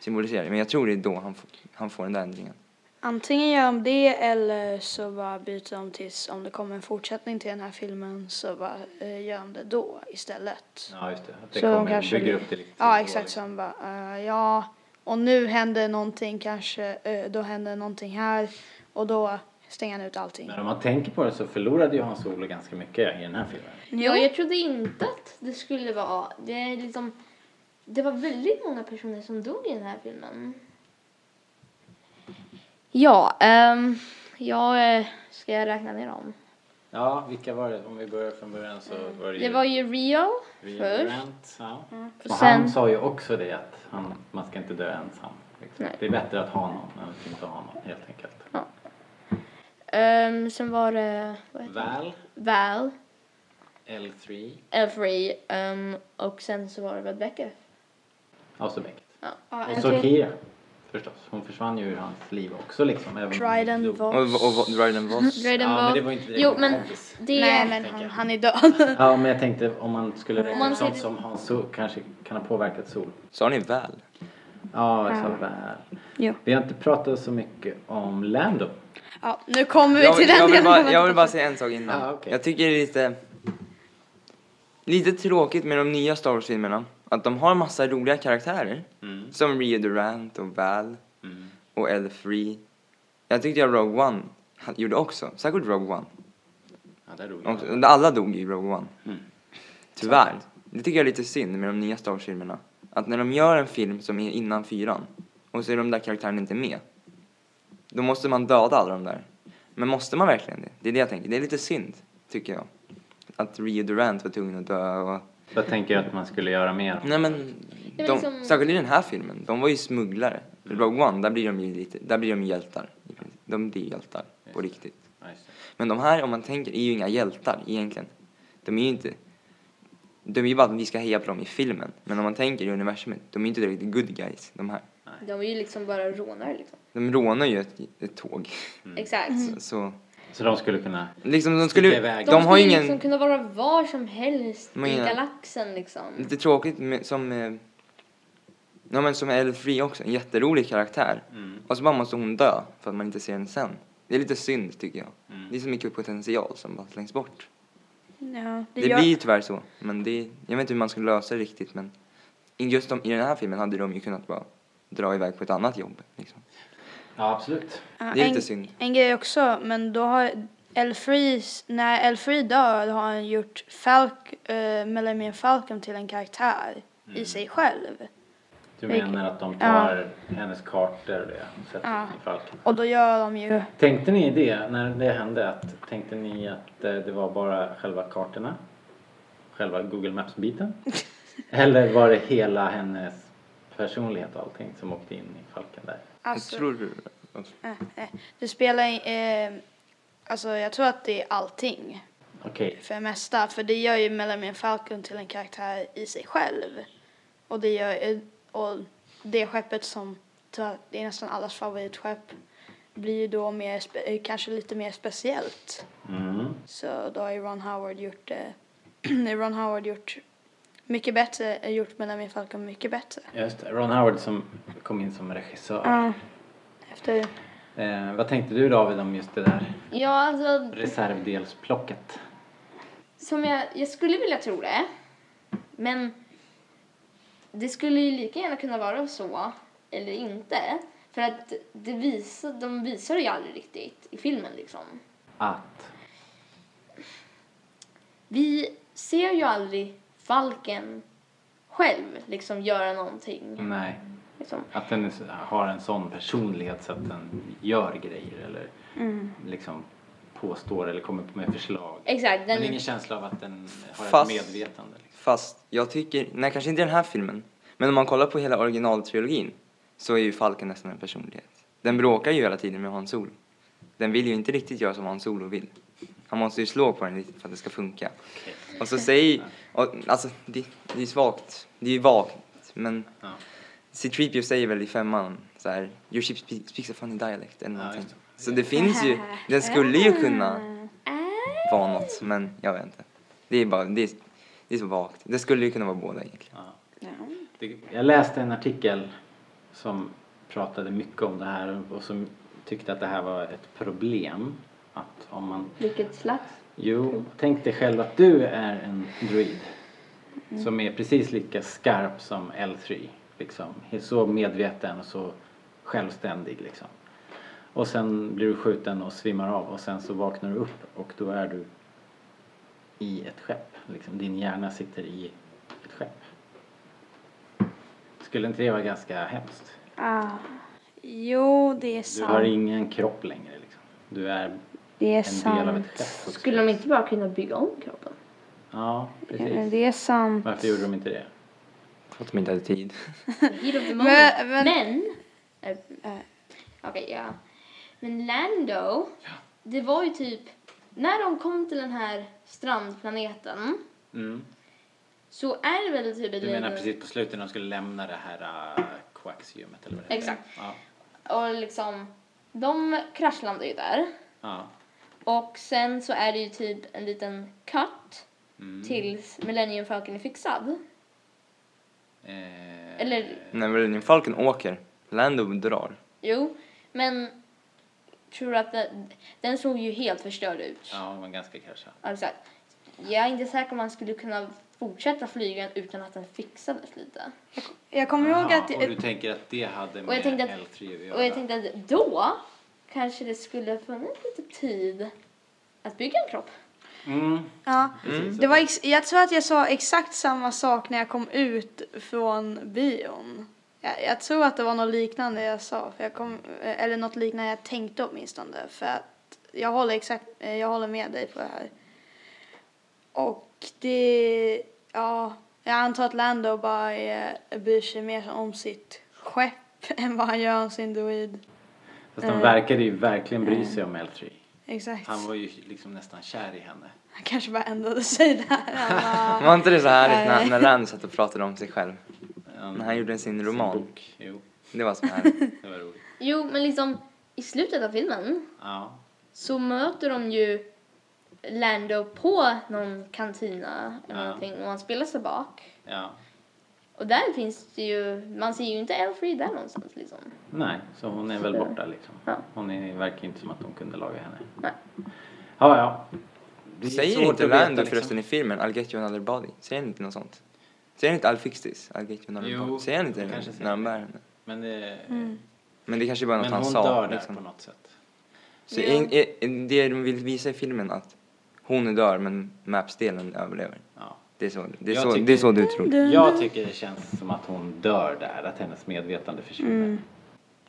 Speaker 7: symboliserar det. Men jag tror det är då han, f- han får den där ändringen.
Speaker 5: Antingen gör de det eller så bara byter de tills om det kommer en fortsättning till den här filmen så bara eh, gör de det då istället.
Speaker 8: Ja, just det. Att det
Speaker 5: Så de
Speaker 8: kommer,
Speaker 5: kanske-
Speaker 8: bygger upp det lite.
Speaker 5: Ja, exakt. Så de bara, eh, ja, och nu händer någonting kanske, eh, då händer någonting här och då stänger han ut allting.
Speaker 8: Men om man tänker på det så förlorade ju Han Solo ganska mycket i den här filmen.
Speaker 6: Ja, jag trodde inte att det skulle vara... Det, är liksom, det var väldigt många personer som dog i den här filmen. Ja, ehm, jag, eh, ska jag räkna ner dem?
Speaker 8: Ja, vilka var det? Om vi börjar från början så var det ju...
Speaker 6: Mm. Det var ju Rio
Speaker 8: Rio
Speaker 6: först. Mm.
Speaker 8: Grant, ja.
Speaker 6: Och
Speaker 8: Och
Speaker 6: sen,
Speaker 8: han sa ju också det att han, man ska inte dö ensam. Liksom.
Speaker 6: Nej.
Speaker 8: Det är bättre att ha någon än att inte ha någon helt enkelt.
Speaker 6: ehm, sen var det vad heter han?
Speaker 8: Val,
Speaker 6: Val,
Speaker 8: L3,
Speaker 6: Elfrey ehm, och sen så var det väl Becker.
Speaker 8: Austerbeck.
Speaker 5: Ja,
Speaker 8: Och så Kira förstås. Hon försvann ju ur hans liv också liksom. Även om hon
Speaker 5: Dryden
Speaker 8: dog.
Speaker 5: Voss.
Speaker 7: Och, och, och Dryden Voss.
Speaker 6: Dryden
Speaker 8: Ja,
Speaker 6: var-
Speaker 8: men det var inte direkt
Speaker 6: Jo,
Speaker 8: en
Speaker 6: men
Speaker 8: kompis.
Speaker 6: det...
Speaker 5: Nej, men han, han är död.
Speaker 8: Ja, men jag tänkte om man skulle räkna
Speaker 6: man
Speaker 8: ut sånt
Speaker 6: ser-
Speaker 8: som Hans Sol kanske kan ha påverkat Sol.
Speaker 7: Sa ni väl?
Speaker 8: Ja, jag sa väl.
Speaker 5: Jo.
Speaker 8: Vi har inte pratat så mycket om Lando.
Speaker 5: Ja, nu kommer vi
Speaker 7: Jag
Speaker 5: till
Speaker 7: vill,
Speaker 5: den
Speaker 7: jag, vill
Speaker 5: delen.
Speaker 7: bara, jag vill bara säga en sak innan.
Speaker 8: Ja, okej.
Speaker 7: Jag tycker det är lite... Lite tråkigt med de nya Star Wars-filmerna. Att de har massa roliga karaktärer.
Speaker 8: Mm.
Speaker 7: Som Rio Durant och Val
Speaker 8: Mm.
Speaker 7: och L3. Jag tyckte jag Rogue One han gjorde också. Särskilt Rogue One.
Speaker 8: Ja, det är
Speaker 7: Och,
Speaker 8: roligt.
Speaker 7: och alla dog i Rogue One.
Speaker 8: Mm.
Speaker 7: Tyvärr. Det tycker jag är lite synd med de nya Star Wars-filmerna. Att när de gör en film som är innan fyran och så är de där karaktärerna inte med. Då måste man döda alla de där. Men måste man verkligen det? Det är det jag tänker. Det är lite synd, tycker jag. Att Rio Durant var tvungen att dö och...
Speaker 8: Vad tänker jag att man skulle göra mer?
Speaker 7: Nej men...
Speaker 6: Det
Speaker 7: De,
Speaker 6: var liksom-
Speaker 7: Särskilt i den här filmen. De var ju smugglare. I Rogue One, där blir de ju lite... Där blir de ju hjältar. i princip. De blir hjältar på riktigt.
Speaker 8: Ja, just det.
Speaker 7: Men de här, om man tänker, är ju inga hjältar egentligen. De är ju inte... De är ju bara att vi ska heja på dem i filmen. Men om man tänker i universumet, de är ju inte direkt good guys, de här.
Speaker 6: De var ju liksom bara rånare liksom.
Speaker 7: De rånar ju ett, ett tåg.
Speaker 8: Mm.
Speaker 6: Exakt.
Speaker 7: Så,
Speaker 8: Så de skulle kunna...
Speaker 7: liksom de
Speaker 8: Sticka
Speaker 7: skulle...
Speaker 8: iväg.
Speaker 7: De har ju
Speaker 6: skulle liksom
Speaker 7: ingen...
Speaker 6: kunna vara var som helst
Speaker 7: Men
Speaker 6: i
Speaker 7: ja.
Speaker 6: galaxen liksom.
Speaker 7: Lite tråkigt med, som... eh, Ja men som Elfri också, en jätterolig karaktär.
Speaker 8: Mm.
Speaker 7: Och så bara måste hon dö för att man inte ser henne sen. Det är lite synd tycker jag.
Speaker 8: Mm.
Speaker 7: Det är så mycket potential som bara slängs bort.
Speaker 5: Ja,
Speaker 7: Det,
Speaker 5: det gör...
Speaker 7: blir ju tyvärr så. Men det, jag vet inte hur man skulle lösa det riktigt men i- just de, i den här filmen hade de ju kunnat bara dra iväg på ett annat jobb. Liksom.
Speaker 8: Ja, absolut.
Speaker 5: Ja,
Speaker 7: Det är lite
Speaker 5: en,
Speaker 7: synd.
Speaker 5: En grej också, men då har Elfri, när Elfri dör har han gjort Falk, eh, Millennium Falcon till en karaktär i
Speaker 7: Mm.
Speaker 5: sig själv.
Speaker 8: Du
Speaker 5: Vilket-
Speaker 8: menar att de tar hennes kartor och det och sätter
Speaker 5: Ja.
Speaker 8: i falken?
Speaker 5: Och då gör de ju,
Speaker 8: Tänkte ni det när det hände? Att, tänkte ni att eh, det var bara själva kartorna? Själva Google Maps-biten? Eller var det hela hennes personlighet och allting som åkte in i falken där?
Speaker 5: alltså,
Speaker 7: jag tror...
Speaker 5: eh, eh, det spelar eh, alltså jag tror att det är allting
Speaker 8: Okej,
Speaker 5: för det mesta, för det gör ju Millennium Falcon till en karaktär i sig själv. Och det gör, eh, och det skeppet som, tror jag, det är nästan allas favoritskepp, blir ju då mer, spe, eh, kanske lite mer speciellt.
Speaker 8: mm.
Speaker 5: Så då har ju Ron Howard gjort det. Ron Howard gjort mycket bättre, eh, gjort Melanie Falcon mycket bättre.
Speaker 8: just det. Ron Howard som kom in som regissör.
Speaker 5: Efter,
Speaker 8: Eh, vad tänkte du David om just det där
Speaker 6: Ja, alltså
Speaker 8: reservdelsplocket?
Speaker 6: som jag, jag skulle vilja tro det. Men det skulle ju lika gärna kunna vara så eller inte. För att det visar, de visar det ju aldrig riktigt i filmen liksom.
Speaker 8: Att?
Speaker 6: Vi ser ju aldrig Falken själv liksom göra någonting.
Speaker 8: Nej.
Speaker 6: Liksom.
Speaker 8: Att den är- har en sån personlighet så att den gör grejer eller liksom påstår eller kommer med förslag.
Speaker 6: Exakt,
Speaker 8: Men
Speaker 6: den,
Speaker 8: ingen känsla av att den har
Speaker 7: Fast-
Speaker 8: ett medvetande. Liksom.
Speaker 7: Fast jag tycker, nej kanske inte i den här filmen, men om man kollar på hela originaltrilogin så är ju Falken nästan en personlighet. Den bråkar ju hela tiden med Han Solo. Den vill ju inte riktigt göra som Han Solo vill. Han måste ju slå på den lite för att det ska funka. Och så säger, och, alltså det, det är svagt, det är ju vagt, men
Speaker 8: Ja.
Speaker 7: C-3PO säger väl i femman så här, your ship spe- speaks a funny dialect eller
Speaker 8: Ja,
Speaker 7: någonting.
Speaker 8: just
Speaker 7: Så det finns ju, den skulle ju kunna
Speaker 6: Äh?
Speaker 7: vara något, men jag vet inte. Det är bara, det är, det är så vagt. Det skulle ju kunna vara båda egentligen.
Speaker 8: Det- Jag läste en artikel som pratade mycket om det här och som tyckte att det här var ett problem. Att om man
Speaker 6: Vilket slags?
Speaker 8: Jo, tänk dig själv att du är en druid som är precis lika skarp som L3. Liksom. Är så medveten och så självständig. Liksom. Och sen blir du skjuten och svimmar av och sen så vaknar du upp och då är du i ett skepp. Liksom. Din hjärna sitter i ett skepp. Skulle inte det vara ganska hemskt?
Speaker 9: Ah,
Speaker 5: Jo, det är
Speaker 8: Du har
Speaker 5: sant.
Speaker 8: ingen kropp längre. Liksom. Du är en
Speaker 9: det är
Speaker 8: del av
Speaker 9: sant.
Speaker 8: ett skepp.
Speaker 6: Skulle de inte bara kunna bygga om kroppen?
Speaker 8: Ja,
Speaker 9: Men
Speaker 8: precis.
Speaker 9: det är sant.
Speaker 8: Varför gjorde de inte det?
Speaker 7: För att de inte hade tid.
Speaker 6: Heat of the moment.
Speaker 5: Men,
Speaker 6: Men...
Speaker 5: men
Speaker 6: eh,
Speaker 8: Äh.
Speaker 6: Okej, ja. Men Lando, det var ju typ... När de kom till den här strandplaneten
Speaker 8: Mm.
Speaker 6: så är det väl typ ett
Speaker 8: Du menar
Speaker 6: litet-
Speaker 8: precis på slutet när de skulle lämna det här uh, koaxiumet eller vad det heter?
Speaker 6: Exakt.
Speaker 8: Ja.
Speaker 6: Och liksom, de kraschlandade ju där.
Speaker 8: ja.
Speaker 6: Och sen så är det ju typ en liten cut
Speaker 8: Mm.
Speaker 6: tills Millennium Falcon är fixad.
Speaker 8: Eh,
Speaker 6: Eller,
Speaker 7: När Millennium Falcon åker, Lando drar.
Speaker 6: jo, men tror du att den, den såg ju helt förstörd ut.
Speaker 8: Ja, man ganska kraschad.
Speaker 6: Ja, Exakt. Jag är inte säker om man skulle kunna fortsätta flyga utan att den fixades lite.
Speaker 5: jag kommer ihåg
Speaker 8: Aha,
Speaker 5: att...
Speaker 8: och du tänker att det hade
Speaker 6: jag
Speaker 8: med
Speaker 6: tänkte att-
Speaker 8: L3 att göra?
Speaker 6: Och jag tänkte att då kanske det skulle ha funnits lite tid att bygga en kropp.
Speaker 8: mm,
Speaker 5: Ja,
Speaker 8: precis.
Speaker 6: Mm.
Speaker 5: det var ex- jag tror att jag sa exakt samma sak när jag kom ut från bion. Jag, jag tror att det var något liknande jag sa, för jag kom, eller något liknande jag tänkte åtminstone. För att jag håller, exakt, eh, jag håller med dig på det här. Och det, ja, jag antar att Lando bara är, bryr sig mer om sitt skepp än vad han gör om sin droid.
Speaker 8: Fast
Speaker 6: Eh.
Speaker 8: de verkade ju verkligen bry sig om L3.
Speaker 5: Exakt.
Speaker 8: Han
Speaker 5: Han
Speaker 8: var ju liksom nästan kär i henne.
Speaker 5: kanske bara ändrade sig där. Han bara,
Speaker 7: Var inte det så härligt när,
Speaker 5: Nej.
Speaker 7: när Lando satt och pratade om sig själv?
Speaker 8: Han,
Speaker 7: När han gjorde sin roman.
Speaker 8: bok. Jo,
Speaker 7: Det var så härligt.
Speaker 8: det var roligt.
Speaker 6: Jo, men liksom i slutet av filmen
Speaker 8: Ja,
Speaker 6: så möter de ju Lando på någon kantina eller
Speaker 8: Ja.
Speaker 6: någonting och han spelar sig bak.
Speaker 8: ja.
Speaker 6: Och där finns det ju, man ser ju inte Elfrey där någonstans liksom.
Speaker 8: Nej, så hon är väl
Speaker 6: Så-
Speaker 8: borta liksom.
Speaker 6: ja.
Speaker 8: Hon är, verkar inte som att de kunde laga henne.
Speaker 6: Nej.
Speaker 8: Ja, ja. Det är
Speaker 7: Säger
Speaker 8: svårt
Speaker 7: inte
Speaker 8: att veta,
Speaker 7: Lando
Speaker 8: liksom.
Speaker 7: förresten i filmen I'll get you another body? Säger han inte något sånt? Säger han inte I'll fix this? I'll get you another
Speaker 8: Jo,
Speaker 7: body? Säger han inte
Speaker 8: det
Speaker 7: det
Speaker 8: kanske säger
Speaker 7: när han
Speaker 8: det.
Speaker 7: bär henne?
Speaker 8: Men, det,
Speaker 6: Mm.
Speaker 7: Men det kanske bara är något
Speaker 8: men
Speaker 7: han
Speaker 8: hon
Speaker 7: sa.
Speaker 8: dör
Speaker 7: Liksom.
Speaker 8: där på något sätt.
Speaker 7: Så
Speaker 6: Ja.
Speaker 7: in, i- det de vill visa i filmen att hon dör men Maps-delen överlever.
Speaker 8: Ja.
Speaker 7: Det är så, det är
Speaker 8: Jag
Speaker 7: så,
Speaker 8: tycker-
Speaker 7: det är så du tror.
Speaker 8: Jag tycker det känns som att hon dör där, att hennes medvetande försvinner.
Speaker 5: Mm.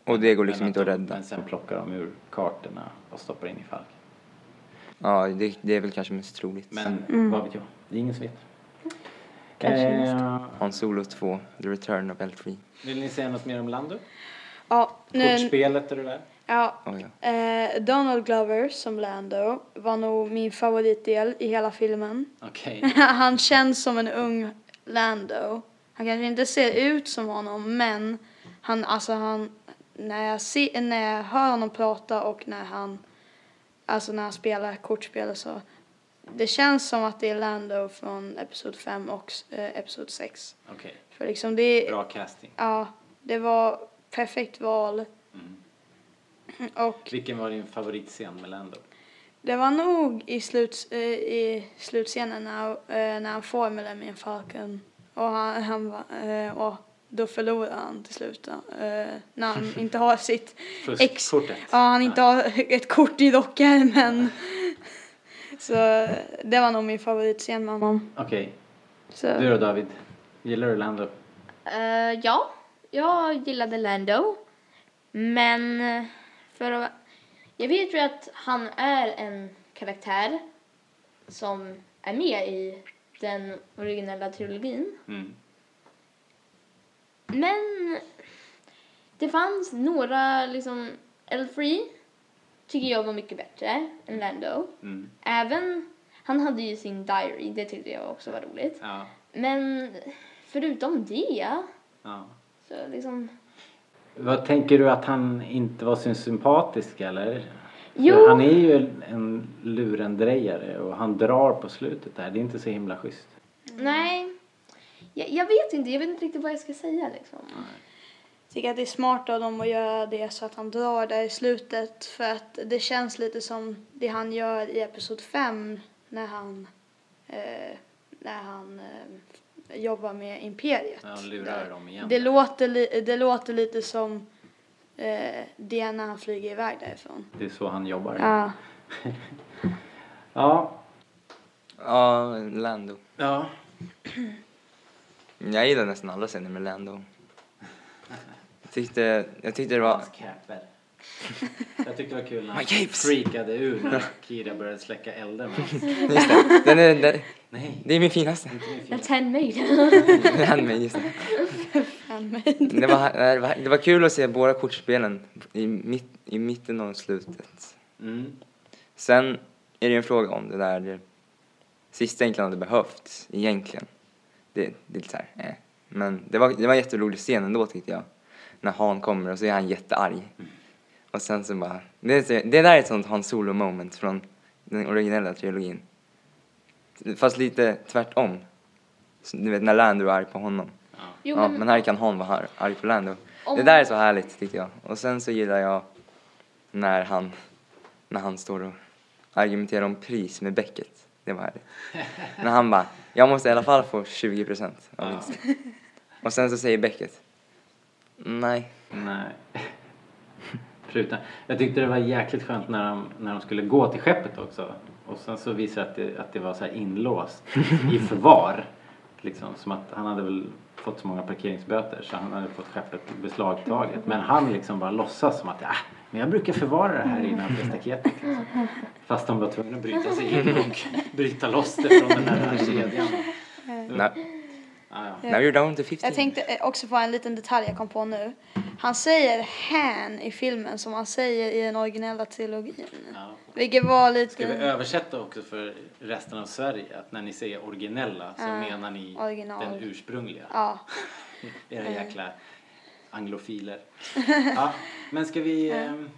Speaker 7: Och det går
Speaker 8: Men
Speaker 7: liksom inte att
Speaker 8: de-
Speaker 7: rädda.
Speaker 8: Men sen plockar de ur kartorna och stoppar in i Falk.
Speaker 7: Ja, det, det är väl kanske mest troligt.
Speaker 8: Men
Speaker 5: Mm.
Speaker 8: vad vet jag? Det är ingen som vet.
Speaker 6: Kanske
Speaker 8: Eh,
Speaker 7: Han Solo 2, The Return of L3.
Speaker 8: vill ni säga något mer om Lando?
Speaker 5: ja, nu,
Speaker 8: Kortspelet och det där?
Speaker 5: ja,
Speaker 7: Oh, ja.
Speaker 5: Eh, Donald Glover som Lando var nog min favoritdel i hela filmen.
Speaker 8: Okej.
Speaker 5: Han känns som en ung Lando. Han kanske inte ser ut som honom men han, alltså han, när jag, ser, när jag hör honom prata och när han, alltså när han spelar kortspel och så. Det känns som att det är Lando från Episod 5 och eh, Episod 6.
Speaker 8: Okej.
Speaker 5: För liksom det,
Speaker 8: Bra casting.
Speaker 5: ja, det var perfekt val.
Speaker 8: Mm.
Speaker 5: Och
Speaker 8: Vilken var din favoritscen med Lando?
Speaker 5: Det var nog i, sluts, eh, i slutscenen när, eh, när han får Millennium Falcon. Och, han, han, va- eh, och då förlorar han till slut. eh, När han inte har sitt... Ex-
Speaker 8: Fuskkortet?
Speaker 5: Ja, han inte har ett kort i dockärmen. Så det var nog min favoritscen med honom.
Speaker 8: Okej.
Speaker 5: Så,
Speaker 8: Du då David? Gillar du Lando?
Speaker 6: Eh, ja, jag gillade Lando. Men eh, för att, jag vet ju att han är en karaktär som är med i den originella trilogin.
Speaker 8: Mm.
Speaker 6: Men det fanns några, liksom, Elfree tycker jag var mycket bättre än Lando.
Speaker 8: Mm.
Speaker 6: Även, han hade ju sin diary, det tyckte jag också var roligt.
Speaker 8: Ja.
Speaker 6: Men förutom det,
Speaker 8: ja.
Speaker 6: så liksom,
Speaker 8: Vad tänker du att han inte var så sympatisk eller? För
Speaker 6: Jo.
Speaker 8: Han är ju en lurendrejare och han drar på slutet där. Det är inte så himla schysst.
Speaker 6: Nej. Jag, jag vet inte, jag vet inte riktigt vad jag ska säga liksom.
Speaker 5: tycker att det är smart av dem att göra det så att han drar där i slutet för att det känns lite som det han gör i episod 5 när han, eh, när han eh, jobbar med Imperiet.
Speaker 8: När han lurar dem igen.
Speaker 5: Det låter, li- det låter lite som eh, det när han flyger iväg därifrån.
Speaker 8: Det är så han jobbar.
Speaker 5: Ja.
Speaker 8: Ja.
Speaker 7: Ja, Lando.
Speaker 8: ja.
Speaker 7: Jag gillar nästan alla scener med Lando. Jag tyckte, jag tyckte det var...
Speaker 8: Hans käpper. Jag tyckte det var kul
Speaker 7: My
Speaker 8: när han
Speaker 7: capes.
Speaker 8: freakade ur när Kira började släcka elden. Men,
Speaker 7: Just det, den är, den,
Speaker 8: nej,
Speaker 7: det är min finaste.
Speaker 8: inte min fina.
Speaker 6: That's handmade.
Speaker 7: Han med, just det.
Speaker 5: Men-
Speaker 7: Det var, det, var, det var kul att se båda kortspelen i, mitt, i mitten och slutet.
Speaker 8: Mm.
Speaker 7: Sen är det en fråga om det där sista egentligen hade behövts, egentligen. Det, det är lite så här, eh. Men det var, det var en jätterolig scen ändå tyckte jag. När Han kommer och så är han jättearg. Och sen så bara, det, är så- det där är ett sånt Han Solo moment från den originella trilogin. Fast lite tvärtom. Så, Du vet när Lando är arg på honom.
Speaker 6: Jo,
Speaker 7: ja,
Speaker 6: men-
Speaker 7: men här kan Han vara här- arg på Lando.
Speaker 6: Om-
Speaker 7: Det där är så härligt tycker jag. Och sen så gillar jag när han, när han står och argumenterar om pris med Becket. Det var härligt. när han bara, jag måste i alla fall få 20% av vinsten. Och sen så säger Becket, nej.
Speaker 8: Nej. Pruta. Jag tyckte det var jäkligt skönt när de, när de skulle gå till skeppet också. Och sen så visade det att det att det var så här inlåst i förvar. Liksom som att han hade väl fått så många parkeringsböter så han hade fått skeppet beslagtaget. Men han liksom bara låtsas som att ah, men jag brukar förvara det här innanför staketet. Liksom. Fast de var tvungna att bryta sig in och bryta loss det från den här kedjan.
Speaker 7: Nej,
Speaker 8: Mm. Ja, ja.
Speaker 7: now you're down to 15.
Speaker 5: Jag tänkte eh, också på en liten detalj jag kom på nu. Han säger han i filmen som han säger i den originella trilogin.
Speaker 8: Ja.
Speaker 5: Vilket var
Speaker 8: Ska vi
Speaker 5: lite...
Speaker 8: översätta också för resten av Sverige att när ni säger originella så
Speaker 5: Ja,
Speaker 8: menar ni
Speaker 5: original.
Speaker 8: den ursprungliga?
Speaker 5: Ja.
Speaker 8: Era jäkla anglofiler. ja, men ska vi ehm,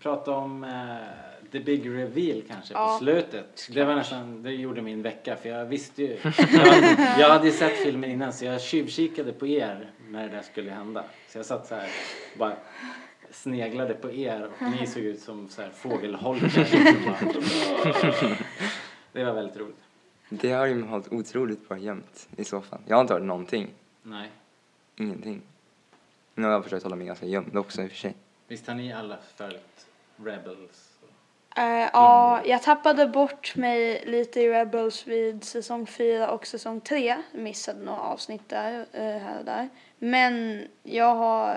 Speaker 8: prata om eh, the big reveal kanske
Speaker 5: Ja,
Speaker 8: på slutet? Det var nästan, det gjorde min vecka för jag visste ju. Jag, jag hade ju sett filmen innan så jag tjuvkikade på er när det där skulle hända. Så jag satt så här bara sneglade på er och ni såg ut som så här fågelholkar. som bara- Det var väldigt roligt.
Speaker 7: Det har ju hållit otroligt bra jämnt i så fall. Jag har inte hört någonting,
Speaker 8: Nej.
Speaker 7: ingenting. Nu har jag försökt hålla mig ganska gömd också i och för sig.
Speaker 8: Visst har ni alla följt Rebels?
Speaker 5: Eh, ja, jag tappade bort mig lite i Rebels vid säsong 4 och säsong 3. Missade några avsnitt där, eh, här och där. Men jag har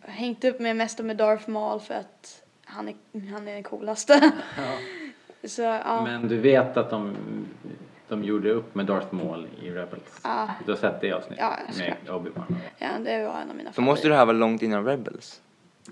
Speaker 5: hängt upp mig mest med Darth Maul för att han är, han är den coolaste. Så ja.
Speaker 8: Men du vet att de, de gjorde upp med Darth Maul i Rebels?
Speaker 5: Ja.
Speaker 8: Du har sett det avsnittet?
Speaker 5: Ja, jag
Speaker 8: med Obi-Wan?
Speaker 5: ja, det var en av mina
Speaker 7: Då måste det här vara långt innan Rebels.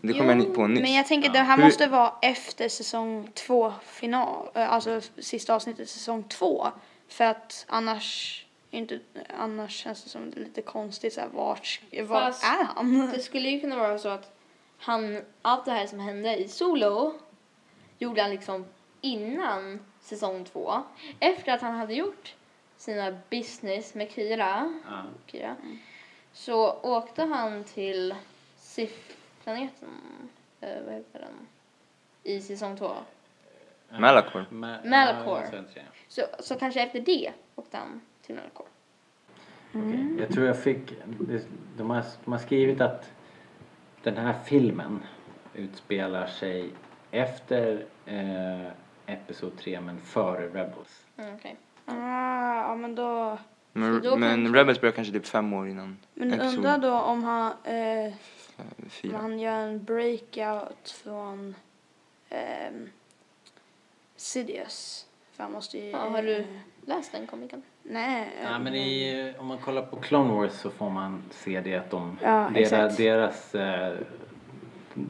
Speaker 7: Det kom jag på nyss.
Speaker 5: Men jag tänker det här
Speaker 7: Hur-
Speaker 5: måste vara efter säsong två final, eh, alltså f- sista avsnittet säsong två. För att annars, inte, annars känns det som lite konstigt såhär vart, sk- var
Speaker 6: Fast-
Speaker 5: är han?
Speaker 6: Det skulle ju kunna vara så att han, allt det här som hände i Solo gjorde han liksom innan säsong två. Efter att han hade gjort sina business med Kira,
Speaker 8: Ja.
Speaker 6: Kira så åkte han till SIF-planeten, eh, vad heter den, i säsong två.
Speaker 7: Malachor.
Speaker 8: Ma-
Speaker 6: Malachor.
Speaker 8: Ja, jag, sa inte det.
Speaker 6: Så, så kanske efter det åkte han till Melkor.
Speaker 5: Mm.
Speaker 8: Okej. jag tror jag fick... det- De har, de har skrivit att den här filmen utspelar sig efter eh, Episod 3 men före Rebels.
Speaker 6: Mm, okej.
Speaker 5: Ah, ja men då,
Speaker 7: Men,
Speaker 6: då
Speaker 7: men
Speaker 6: kanske-
Speaker 7: Rebels börjar kanske typ fem år innan
Speaker 5: men
Speaker 7: episod
Speaker 5: undrar då om han, eh,
Speaker 7: eh,
Speaker 5: om
Speaker 7: fyra.
Speaker 5: han gör en breakout från ehm, Sidious. För han måste ju... eh,
Speaker 6: Ja, har du läst den komikern?
Speaker 5: Nej.
Speaker 8: Ja, men i, om man kollar på Clone Wars så får man se det att de,
Speaker 5: Ja,
Speaker 8: deras,
Speaker 5: exakt.
Speaker 8: deras eh,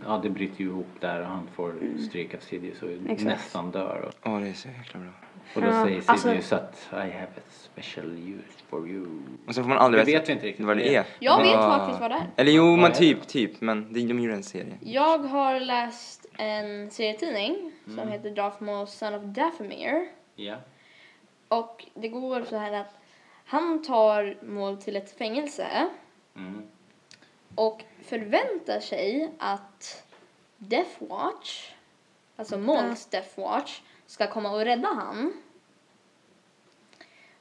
Speaker 8: ja det bryter ju ihop där och han får stryk av Sidious och nästan dör. Och,
Speaker 7: Åh, det är så jäkla bra.
Speaker 8: och då
Speaker 5: Ja,
Speaker 8: säger
Speaker 5: alltså-
Speaker 8: Sidious att I have a special use for you.
Speaker 7: Och så får man aldrig
Speaker 8: Det vet vi inte riktigt
Speaker 7: vad det är.
Speaker 6: Jag vet
Speaker 7: Vad-
Speaker 6: faktiskt vad det är.
Speaker 7: Eller jo,
Speaker 8: Vad
Speaker 7: men
Speaker 8: är
Speaker 7: typ, typ. Men de, de gjorde en serie.
Speaker 6: Jag har läst en serietidning som heter Darth Maul Son of Dathomir.
Speaker 8: Ja.
Speaker 6: Och det går så här att han tar Maul till ett fängelse
Speaker 8: Mm.
Speaker 6: och förväntar sig att Death Watch, alltså Mons Death Watch, ska komma och rädda han.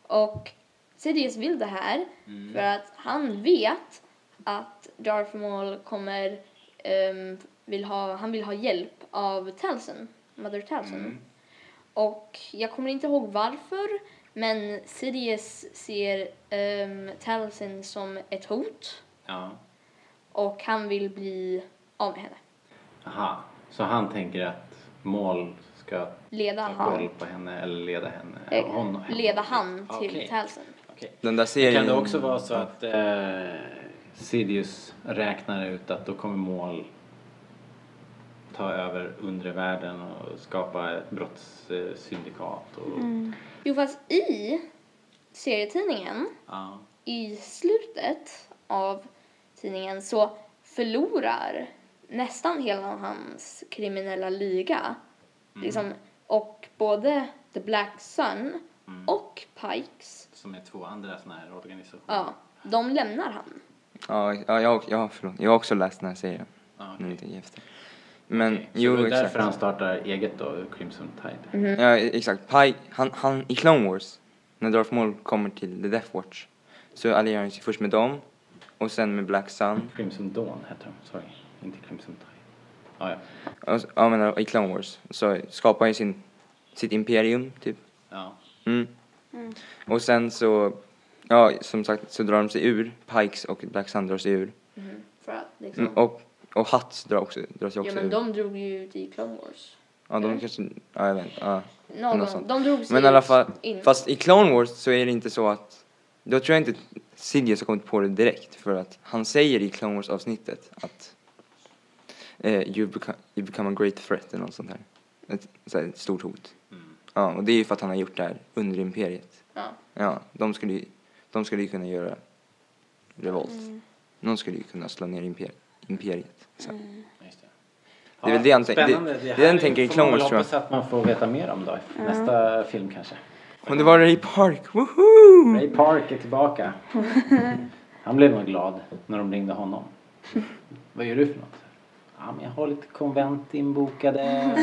Speaker 6: Och Sidious vill det här för att han vet att Darth Maul kommer, ehm, vill ha, han vill ha hjälp av Talson, Mother Talson. Och jag kommer inte ihåg varför, men Sidious ser um, Taliesin som ett hot
Speaker 8: Ja.
Speaker 6: och han vill bli av med henne.
Speaker 8: Aha. Så han tänker att mål ska
Speaker 6: Leda
Speaker 8: ta
Speaker 6: han.
Speaker 8: koll på henne eller leda henne.
Speaker 6: Eh,
Speaker 8: Honom.
Speaker 6: Leda han till
Speaker 8: Okej.
Speaker 6: Taliesin.
Speaker 8: Okej.
Speaker 7: Den där serien...
Speaker 8: Kan det också vara så att eh, Sidious räknar ut att då kommer mål ta över undre världen och skapa ett brottssyndikat och...
Speaker 6: Jo, fast i serietidningen,
Speaker 8: Ja.
Speaker 6: i slutet av tidningen, så förlorar nästan hela hans kriminella liga.
Speaker 8: Mm.
Speaker 6: Liksom, och både The Black Sun
Speaker 8: Mm.
Speaker 6: och Pikes
Speaker 8: Som är två andra sådana här organisationer.
Speaker 6: Ja, de lämnar han.
Speaker 7: Ja, ja, jag, ja, förlåt. Jag har också läst den här serien.
Speaker 8: Ja,
Speaker 7: Nu inte efter. Men
Speaker 8: Ah, Okej, Så
Speaker 7: Mm, jo,
Speaker 8: det är
Speaker 7: exakt. Mm.
Speaker 8: därför han startar eget då, Crimson Tide.
Speaker 7: Ja, exakt. Pike, han, han, i Clone Wars, när Darth Maul kommer till The Death Watch, så allierar han sig först med dem och sen med Black Sun.
Speaker 8: Crimson Dawn heter de, sorry. Inte Crimson Tide. Ja, ja.
Speaker 7: Och, jag menar, eh, i Clone Wars så skapar han ju sin, sitt imperium, typ.
Speaker 8: ja.
Speaker 7: Mm. Och sen så, ja, som sagt, så drar de sig ur. Pikes och Black Sun drar sig ur.
Speaker 6: För att liksom...
Speaker 7: Mm, och, och Hutts drar också, drar sig
Speaker 6: ja
Speaker 7: också
Speaker 6: men
Speaker 7: ur.
Speaker 6: de drog ju ut i Clone Wars.
Speaker 7: ja, de kanske, ja, jag vet inte, ja.
Speaker 6: Någon,
Speaker 7: Något sånt.
Speaker 6: de drog sig
Speaker 7: Men i alla fall,
Speaker 6: in.
Speaker 7: fast i Clone Wars så är det inte så att, då tror jag inte Sidious har kommit på det direkt för att han säger i Clone Wars avsnittet att eh, you, become, you become a great threat eller något sånt här. Ett, så här, ett stort hot. Ja, och det är ju för att han har gjort det här under imperiet.
Speaker 6: Ja.
Speaker 7: Ja, de skulle ju, de skulle ju kunna göra revolt.
Speaker 6: Mm.
Speaker 7: Någon skulle ju kunna slå ner imper, imperiet. Så.
Speaker 6: Mm.
Speaker 8: Just det.
Speaker 7: Det är väl det han tänker-
Speaker 8: Spännande.
Speaker 7: det- det är
Speaker 8: här
Speaker 7: det han tänker i
Speaker 8: får
Speaker 7: Clone
Speaker 8: man
Speaker 7: Wars,
Speaker 8: väl
Speaker 7: tror jag.
Speaker 8: hoppas att man får veta mer om då. i Nästa film kanske.
Speaker 7: Och det var Ray Park, woho!
Speaker 8: Ray Park är tillbaka. Han blev nog glad när de ringde honom. Vad gör du för något? Ja, men jag har lite konvent inbokade.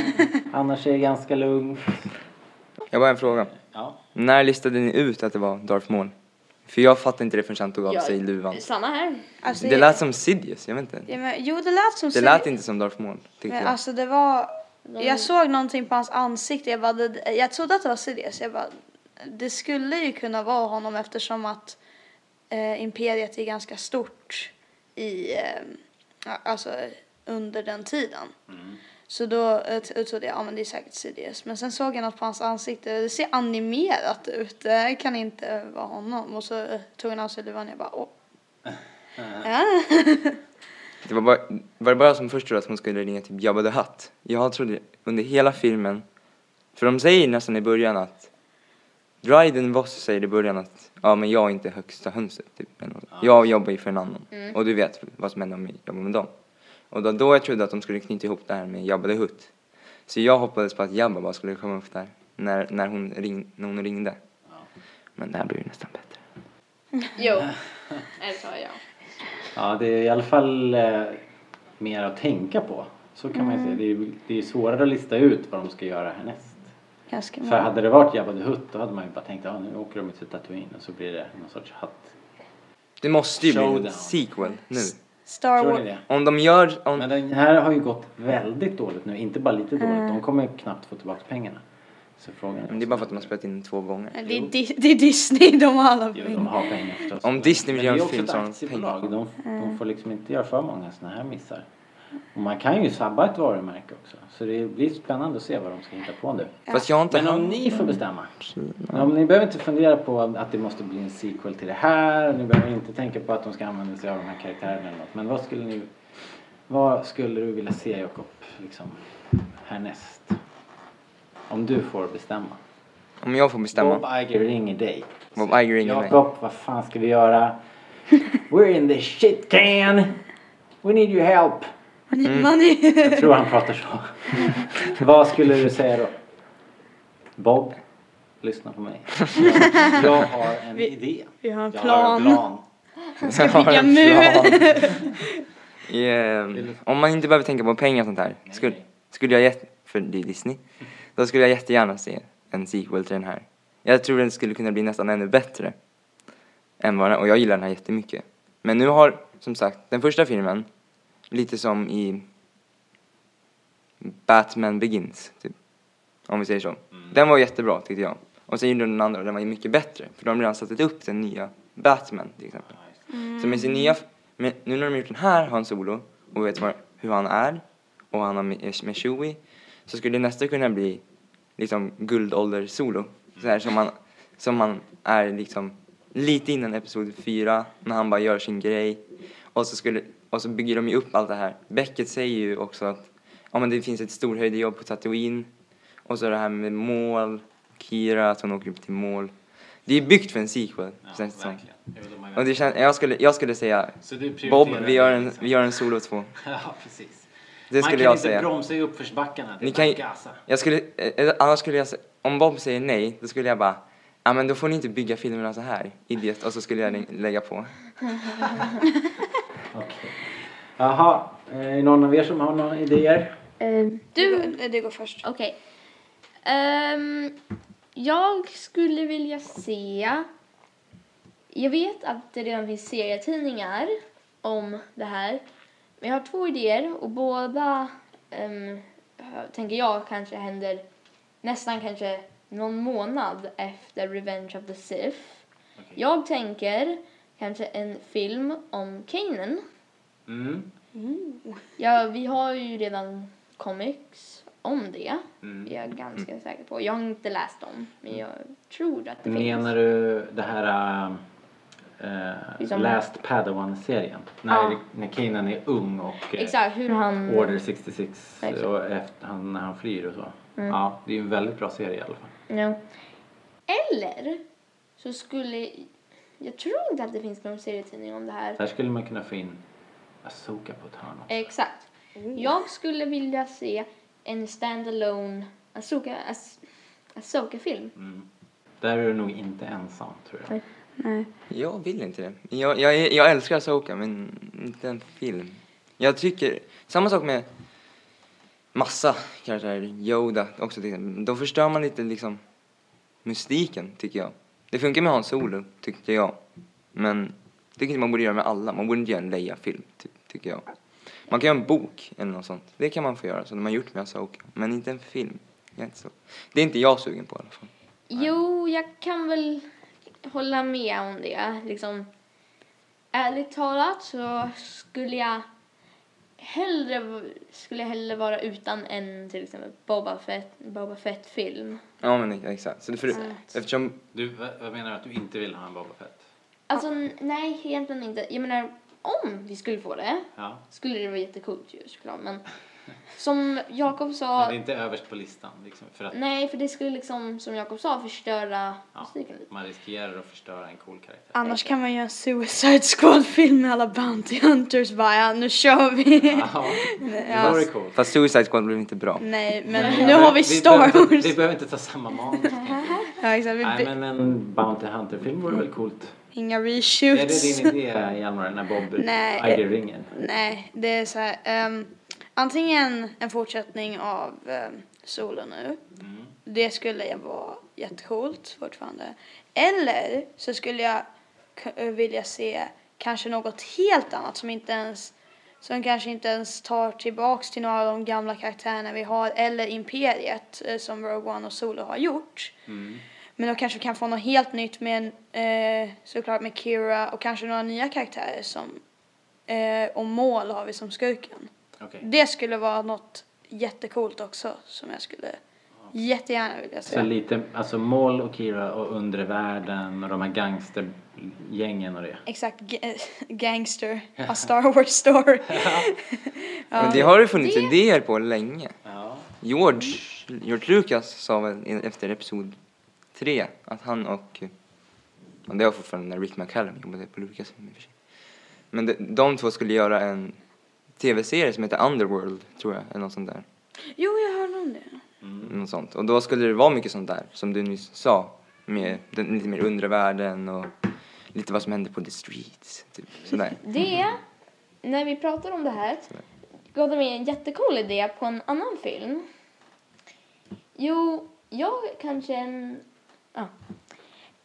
Speaker 8: Annars är det ganska lugnt.
Speaker 7: Jag bara en fråga.
Speaker 8: Ja,
Speaker 7: När listade ni ut att det var Darth Maul? För jag fattade inte det förrän han tog av
Speaker 6: Ja,
Speaker 7: sig luvan.
Speaker 6: Samma här.
Speaker 5: Alltså,
Speaker 7: Det lät som Sidious, jag vet inte.
Speaker 5: ja, men, jo, det lät som
Speaker 7: Det lät inte som Darth Maul, tyckte
Speaker 5: Men
Speaker 7: jag.
Speaker 5: alltså det var... Jag såg någonting på hans ansikte. Jag, bara, det, jag trodde att det var Sidious. Jag bara, det skulle ju kunna vara honom eftersom att eh, imperiet är ganska stort i, eh, ja, alltså, under den tiden. Så då eh, t- trodde jag att ja, men det är säkert Sidious. Men sen såg jag något på hans ansikte. Det ser animerat ut. Det kan inte vara honom. Och så eh, tog han av sig luvan och jag bara åh. Ja.
Speaker 7: Det var bara, var det bara jag som först trodde att hon skulle ringa typ Jabba the Hutt? Jag trodde under hela filmen, för de säger nästan i början att Dryden Voss säger i början att ja men jag är inte högsta hönset typ. eller något. Jag jobbar ju för en annan och du vet vad som händer om jag jobbar med dem. Och då, då jag trodde att de skulle knyta ihop det här med Jabba the Hutt. Så jag hoppades på att Jabba bara skulle komma upp där när, när, hon, ring, när hon ringde. Men det här blir ju nästan bättre.
Speaker 6: Jo. Eller så, ja.
Speaker 8: Ja, det är i alla fall eh, mer att tänka på. Så kan man ju säga. Det är, ju- det är ju svårare att lista ut vad de ska göra härnäst.
Speaker 5: Ganska
Speaker 8: För
Speaker 5: många.
Speaker 8: hade det varit Jabba the Hutt då hade man ju bara tänkt att ah, nu åker de till Tatooine och så blir det någon sorts hatt.
Speaker 7: Det måste ju bli
Speaker 8: Showdown.
Speaker 7: en sequel nu.
Speaker 5: Star
Speaker 8: Tror
Speaker 5: Wars.
Speaker 8: ni det?
Speaker 7: Om de gör... Om,
Speaker 8: Men den här har ju gått väldigt dåligt nu. Inte bara lite dåligt. De kommer knappt få tillbaka pengarna. Så frågan
Speaker 7: men det är bara för att de har spelat in två gånger.
Speaker 5: Men Det är, Di- det är Disney, de har alla
Speaker 8: Jo,
Speaker 5: pengar.
Speaker 8: de har pengar förstås.
Speaker 7: Om Disney vill
Speaker 8: Men det
Speaker 7: göra
Speaker 8: är
Speaker 7: en film så
Speaker 8: också ett
Speaker 7: har de
Speaker 8: aktiebolag. De, de får liksom inte göra för många såna här missar. Och man kan ju sabba ett varumärke också. Så det blir spännande att se vad de ska hitta på nu.
Speaker 7: Fast jag har inte
Speaker 8: Men om
Speaker 7: hört-
Speaker 8: ni får bestämma. Om ni behöver inte fundera på att det måste bli en sequel till det här. Ni behöver inte tänka på att de ska använda sig av de här karaktärerna eller något. Men vad skulle ni... Vad skulle du vilja se Jakob liksom härnäst? Om du får bestämma.
Speaker 7: Mm. Om jag får
Speaker 8: Bob
Speaker 7: bestämma.
Speaker 8: Iger ringer dig.
Speaker 7: Bob Iger ringer mig.
Speaker 8: Jakob, vad fan ska vi göra? We're in the shit can! We need your help!
Speaker 5: Man är...
Speaker 8: Jag tror han pratar så. Vad skulle du säga då? Bob, lyssna på mig. Jag har en idé.
Speaker 5: Vi har en
Speaker 8: Jag har en
Speaker 5: plan.
Speaker 8: plan.
Speaker 7: Ska
Speaker 5: bygga mur.
Speaker 7: Ehm, om man inte behöver tänka på pengar och sånt här. Skulle, skulle jag jätte, för det är Disney. Då skulle jag jättegärna se en sequel till den här. Jag tror den skulle kunna bli nästan ännu bättre. Än vad den, och jag gillar den här jättemycket. Men nu har, som sagt, den första filmen, lite som i Batman Begins, typ. Om vi säger så. Den var jättebra tyckte jag. Och sen gjorde de den andra och den var ju mycket bättre. För de har redan satt upp den nya Batman till exempel. Så med sin nya, med, nu när de har gjort den här Han Solo och vet var, hur han är och han har med, med Chewie så skulle det nästa kunna bli liksom guldålder-solo. Så här som man, som man är liksom lite innan episod 4 när han bara gör sin grej. Och så, skulle, och så bygger de ju upp allt det här. Beckett säger ju också att ja, men det finns ett storhöjdejobb på Tatooine. Och så det här med mål, Kira, att hon åker upp till mål. Det är byggt för en sequel, känns det som.
Speaker 8: verkligen. Jo, de har ju-
Speaker 7: Och det kän, jag, skulle, jag skulle säga
Speaker 8: Så du prioriterar
Speaker 7: Bob, vi gör, en,
Speaker 8: liksom.
Speaker 7: vi gör en solo 2.
Speaker 8: Ja, precis.
Speaker 7: Det
Speaker 8: Man
Speaker 7: skulle
Speaker 8: kan
Speaker 7: jag
Speaker 8: inte
Speaker 7: säga.
Speaker 8: bromsa i uppförsbackarna. Det
Speaker 7: Ni
Speaker 8: är
Speaker 7: kan
Speaker 8: bara
Speaker 7: ju,
Speaker 8: gasa.
Speaker 7: jag skulle, eh, eh, annars skulle jag, sä- om Bob säger nej, då skulle jag bara, ja men då får ni inte bygga filmerna så här, idiot. Och så skulle jag lä- lägga på.
Speaker 8: Okej. Jaha, är det någon av er som har några idéer?
Speaker 5: Du, går- du Mm. går först.
Speaker 6: Okej. Ehm, jag skulle vilja se... Jag vet att det redan finns serietidningar om det här. Men jag har två idéer och båda ehm, hö- tänker jag kanske händer nästan kanske någon månad efter Revenge of the Sith. Jag tänker kanske en film om Kanan.
Speaker 8: Mm.
Speaker 6: Ja, vi har ju redan comics om det. Jag är ganska säker på. Jag har inte läst dem, men jag tror att det
Speaker 8: Menar
Speaker 6: finns.
Speaker 8: du det här äh,
Speaker 6: Liksom-
Speaker 8: Last Padawan-serien? När,
Speaker 6: Ja.
Speaker 8: när Kanan är ung och eh,
Speaker 6: Exakt, hur han...
Speaker 8: Order 66
Speaker 6: Exakt.
Speaker 8: och efter, han, när han flyr och så. Ja, det är ju en väldigt bra serie i alla fall.
Speaker 6: Ja. Eller så skulle... Jag tror inte att det finns någon serietidning om det här.
Speaker 8: Där skulle man kunna få in Asoka på ett hörn också.
Speaker 6: Exakt. Jag skulle vilja se en standalone Asoka, As- Asoka-film.
Speaker 8: Där är du nog inte ensam tror jag.
Speaker 7: Jag vill inte det. Jag, jag, är- jag älskar Asoka, men inte en film. Jag tycker, samma sak med massa karaktärer, Yoda också till exempel. Då förstör man lite liksom mystiken, tycker jag. Det funkar med Han Solo, tyckte jag. Men det tycker inte man borde göra med alla. Man borde inte göra en Leia-film, ty- tycker jag. Man kan göra en bok eller något sånt. Det kan man få göra, som de har gjort med Asoka. Men inte en film. Jag är inte så. Det är inte jag sugen på i alla fall.
Speaker 6: Jo, jag kan väl hålla med om det. Liksom, ärligt talat så skulle jag hellre, skulle jag hellre vara utan en till exempel Boba Fett, Boba Fett-film.
Speaker 7: Ja, men exakt. Så det för, eftersom
Speaker 8: Du, vad, vad menar du att du inte vill ha en Boba Fett?
Speaker 6: Alltså n- nej, egentligen inte. Jag menar, om vi skulle få det
Speaker 8: Ja.
Speaker 6: skulle det vara jättekult ju såklart. Men som Jakob
Speaker 8: Men det är
Speaker 6: sa,
Speaker 8: inte överst på listan liksom, för att
Speaker 6: nej för det skulle liksom som Jakob sa förstöra
Speaker 8: ja,
Speaker 6: musiken lite.
Speaker 8: man riskerar att förstöra en cool karaktär.
Speaker 5: Annars kan man göra en Suicide Squad-film med alla Bounty Hunters bara, ja, nu kör vi.
Speaker 8: Ja, det
Speaker 5: Ja.
Speaker 8: vore coolt.
Speaker 7: Fast Suicide Squad blev inte bra.
Speaker 5: Nej, men nu har vi Star
Speaker 8: behöver inte- Vi
Speaker 5: Wars.
Speaker 8: behöver inte ta samma manus.
Speaker 5: Ja, exakt, vi
Speaker 8: Nej
Speaker 5: be-
Speaker 8: men en Bounty Hunter-film vore väl coolt?
Speaker 5: inga
Speaker 8: Är det
Speaker 5: reshoots.
Speaker 8: din idé Hjalmar, när Bob
Speaker 5: Nej.
Speaker 8: äger ringen?
Speaker 5: Nej, det är så här. ehm, antingen en fortsättning av um, Solo nu. Det skulle jag vara jättecoolt fortfarande. Eller så skulle jag k- eh, vilja se kanske något helt annat som inte ens som kanske inte ens tar tillbaks till några av de gamla karaktärerna vi har eller Imperiet eh, som Rogue One och Solo har gjort. Men då kanske vi kan få något helt nytt med en, eh, såklart med Kira och kanske några nya karaktärer som Eh, och mål har vi som skurken.
Speaker 8: Okej.
Speaker 5: Det skulle vara något jättecoolt också som jag skulle jättegärna vilja
Speaker 8: Så
Speaker 5: se.
Speaker 8: lite, alltså Moll och Kira och undre världen och de här gangstergängen och det.
Speaker 5: Exakt, ga- Gangster, A Star Wars Story.
Speaker 7: Men det har det funnits idéer på länge.
Speaker 8: Ja.
Speaker 7: George, George Lucas sa väl i- efter episod 3 att han och... Och det var fortfarande när Rick McCallum jobbade på Lucas. i och för sig. Men de, de två skulle göra en tv-serie som heter Underworld, tror jag, eller något sånt där.
Speaker 5: Jo, jag hörde om det.
Speaker 7: Något sånt. Och då skulle det vara mycket sånt där, som du nyss sa. Med den, lite mer undre världen och lite vad som hände på the streets. Typ. Sådär.
Speaker 6: Det, när vi pratade om det här, gav de mig en jättecool idé på en annan film. Jo, jag kanske en... Ja.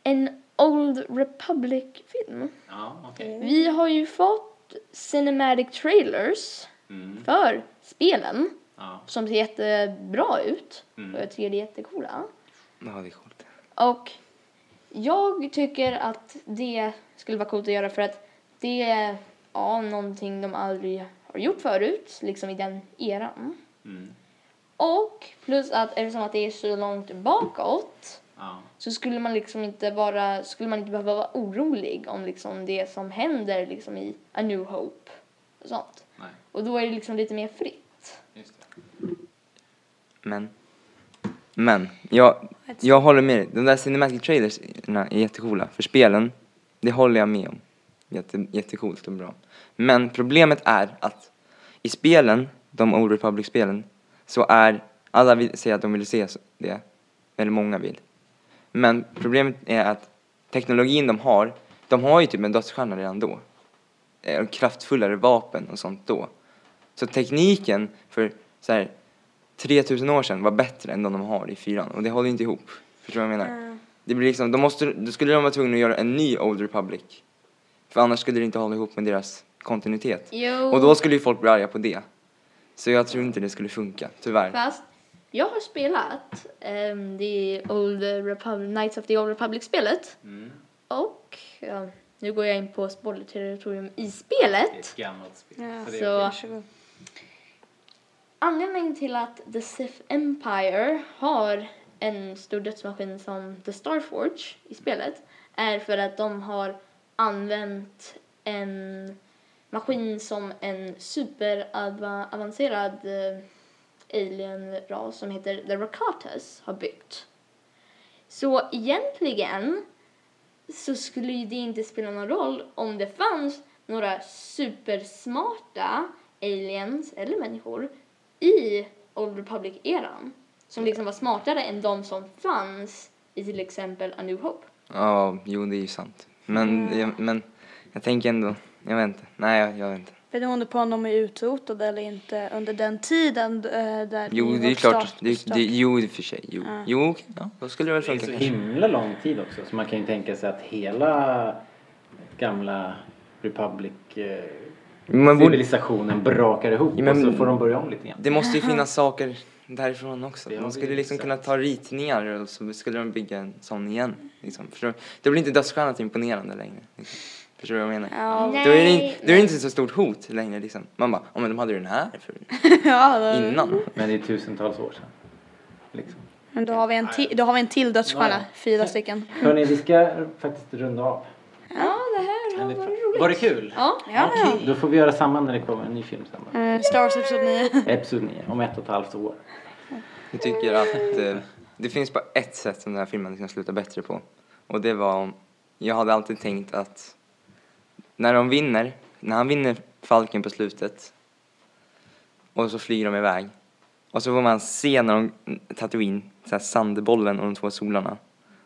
Speaker 6: En Old Republic-film.
Speaker 8: Ja, okej.
Speaker 6: Vi har ju fått cinematic trailers
Speaker 8: Mm.
Speaker 6: för spelen
Speaker 8: Ja.
Speaker 6: som ser jättebra ut
Speaker 8: Mm.
Speaker 6: och jag tycker det är jättecoola.
Speaker 7: Ja, det är coolt.
Speaker 6: Och jag tycker att det skulle vara coolt att göra för att det är ja, någonting de aldrig har gjort förut, liksom i den eran.
Speaker 8: Mm.
Speaker 6: Och plus att eftersom att det är så långt bakåt
Speaker 8: Ja.
Speaker 6: så skulle man liksom inte vara, skulle man inte behöva vara orolig om liksom det som händer liksom i A New Hope och sånt.
Speaker 8: Nej,
Speaker 6: Och då är det liksom lite mer fritt.
Speaker 8: just det.
Speaker 7: Men. Men. Jag, jag håller med dig. De där cinematic trailersna är jättecoola. För spelen, det håller jag med om. Jätte, jättecoolt och bra. Men problemet är att i spelen, de Old Republic-spelen, så är alla vill säga att de vill se så- det. Eller många vill. Men problemet är att teknologin de har, de har ju typ en dödsstjärna redan då. Eh, Och kraftfullare vapen och sånt då. Så tekniken för så här, 3000 år sedan var bättre än de de har i fyran och det håller inte ihop. Förstår du vad jag menar? Det blir liksom, de måste, då skulle de vara tvungna att göra en ny Old Republic. För annars skulle det inte hålla ihop med deras kontinuitet.
Speaker 6: Jo.
Speaker 7: Och då skulle ju folk bli arga på det. Så jag tror inte det skulle funka, tyvärr.
Speaker 6: Fast jag har spelat um, the Old Republic, Knights of the Old Republic-spelet. Och ja, nu går jag in på spoiler-territorium i
Speaker 8: Det är ett
Speaker 6: spelet.
Speaker 8: gammalt spel.
Speaker 5: Ja.
Speaker 8: Så det
Speaker 6: Så-
Speaker 8: är okej.
Speaker 5: Varsågod.
Speaker 6: Anledningen till att The Sith Empire har en stor dödsmaskin som The Starforge i spelet är för att de har använt en maskin som en superavancerad alien-ras som heter The Rakatas har byggt. Så egentligen så skulle ju det inte spela någon roll om det fanns några supersmarta aliens eller människor i Old Republic-eran som liksom var smartare än de som fanns i till exempel A New Hope.
Speaker 7: Ja, jo det är ju sant. Men, jag, men jag tänker ändå, jag vet inte. Nej, jag, jag vet inte.
Speaker 5: Beroende på om de är utrotade eller inte under den tiden eh, där
Speaker 7: Jo,
Speaker 5: vi
Speaker 7: det är ju
Speaker 5: var
Speaker 7: klart.
Speaker 5: start-
Speaker 7: Det,
Speaker 5: start-
Speaker 7: det, jo, i och för sig. Jo, jo okej, ja, då skulle det väl
Speaker 8: Det är
Speaker 7: funka
Speaker 8: så
Speaker 7: kanske.
Speaker 8: himla lång tid också så man kan ju tänka sig att hela gamla Republic eh,
Speaker 7: Men borde,
Speaker 8: civilisationen brakar ihop
Speaker 7: Ja, men-
Speaker 8: och så får de börja om lite igen.
Speaker 7: det måste ju finnas saker därifrån också.
Speaker 8: Det har
Speaker 7: De
Speaker 8: vi
Speaker 7: skulle
Speaker 8: ju
Speaker 7: liksom
Speaker 8: sett.
Speaker 7: kunna ta ritningar och så skulle de bygga en sån igen. Liksom. Förstår du? Det blir inte dödsstjärnan till imponerande längre. Liksom. Förstår du vad jag menar?
Speaker 5: Ja,
Speaker 7: Då är det, in- då är det inte så stort hot längre liksom. Man bara, oh, men de hade ju den här för,
Speaker 5: ja då,
Speaker 7: innan.
Speaker 8: Men det är tusentals år sedan. Liksom.
Speaker 5: Men då har vi en till, då har vi en till dödsstjärna,
Speaker 8: Nej.
Speaker 5: fyra stycken.
Speaker 8: Hörni, vi ska faktiskt runda av.
Speaker 6: Ja, det här har varit roligt.
Speaker 8: Var det kul?
Speaker 6: Ja.
Speaker 5: Ja, ja.
Speaker 8: Då får vi göra samma när det kommer en ny film sen. då.
Speaker 5: Eh, Star Wars Episod 9.
Speaker 8: Episod 9, om ett och ett halvt år.
Speaker 7: Jag tycker att eh, det finns bara ett sätt som den här filmen kan sluta bättre på. Och det var om, jag hade alltid tänkt att när de vinner, när han vinner Falken på slutet och så flyr de iväg. Och så får man se när de tatuerar in så här sandbollen och de två solarna.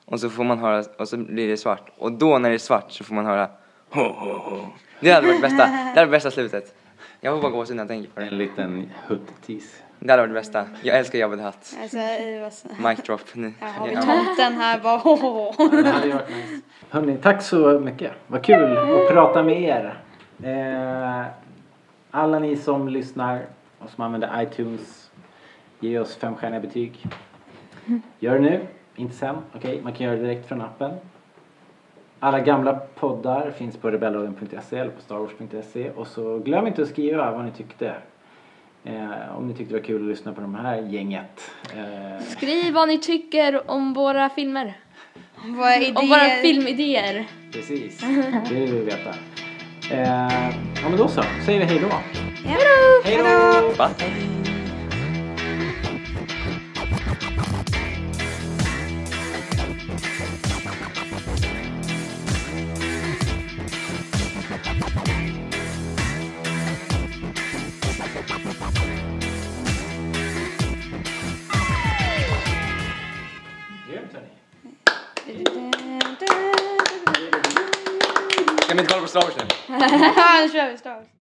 Speaker 7: Och så får man höra, och så blir det svart. Och då när det är svart så får man höra ho, ho, ho. Det hade varit bästa, det hade varit bästa slutet. Jag får bara gå när jag tänker på det.
Speaker 8: En liten huttis.
Speaker 7: Det hade varit det bästa. Jag älskar Jabba the Hutt.
Speaker 5: Alltså, eh, vad snä-
Speaker 7: Mic drop nu.
Speaker 5: Ja, har vi
Speaker 7: Ja.
Speaker 5: tomten här bara
Speaker 8: Ja, det hade ju varit nice. Hörni, tack så mycket. Vad kul att prata med er. Eh, alla ni som lyssnar och som använder iTunes, ge oss femstjärniga betyg. Gör det nu, inte sen. Okej, man kan göra det direkt från appen. Alla gamla poddar finns på rebellradion.se eller på starwars.se och så glöm inte att skriva vad ni tyckte. Eh, om ni tyckte det var kul att lyssna på de här gänget. Eh,
Speaker 6: Skriv vad ni tycker om våra filmer.
Speaker 5: Vad är
Speaker 6: Om våra
Speaker 5: idéer?
Speaker 6: filmidéer.
Speaker 8: Precis, det vill vi veta. Eh, ja men då så, säger vi hej då. Hej då!
Speaker 7: Bye.
Speaker 8: Grymt hörni.
Speaker 5: Hej då!
Speaker 7: Star Wars nu.
Speaker 5: Ja, nu kör vi Star Wars.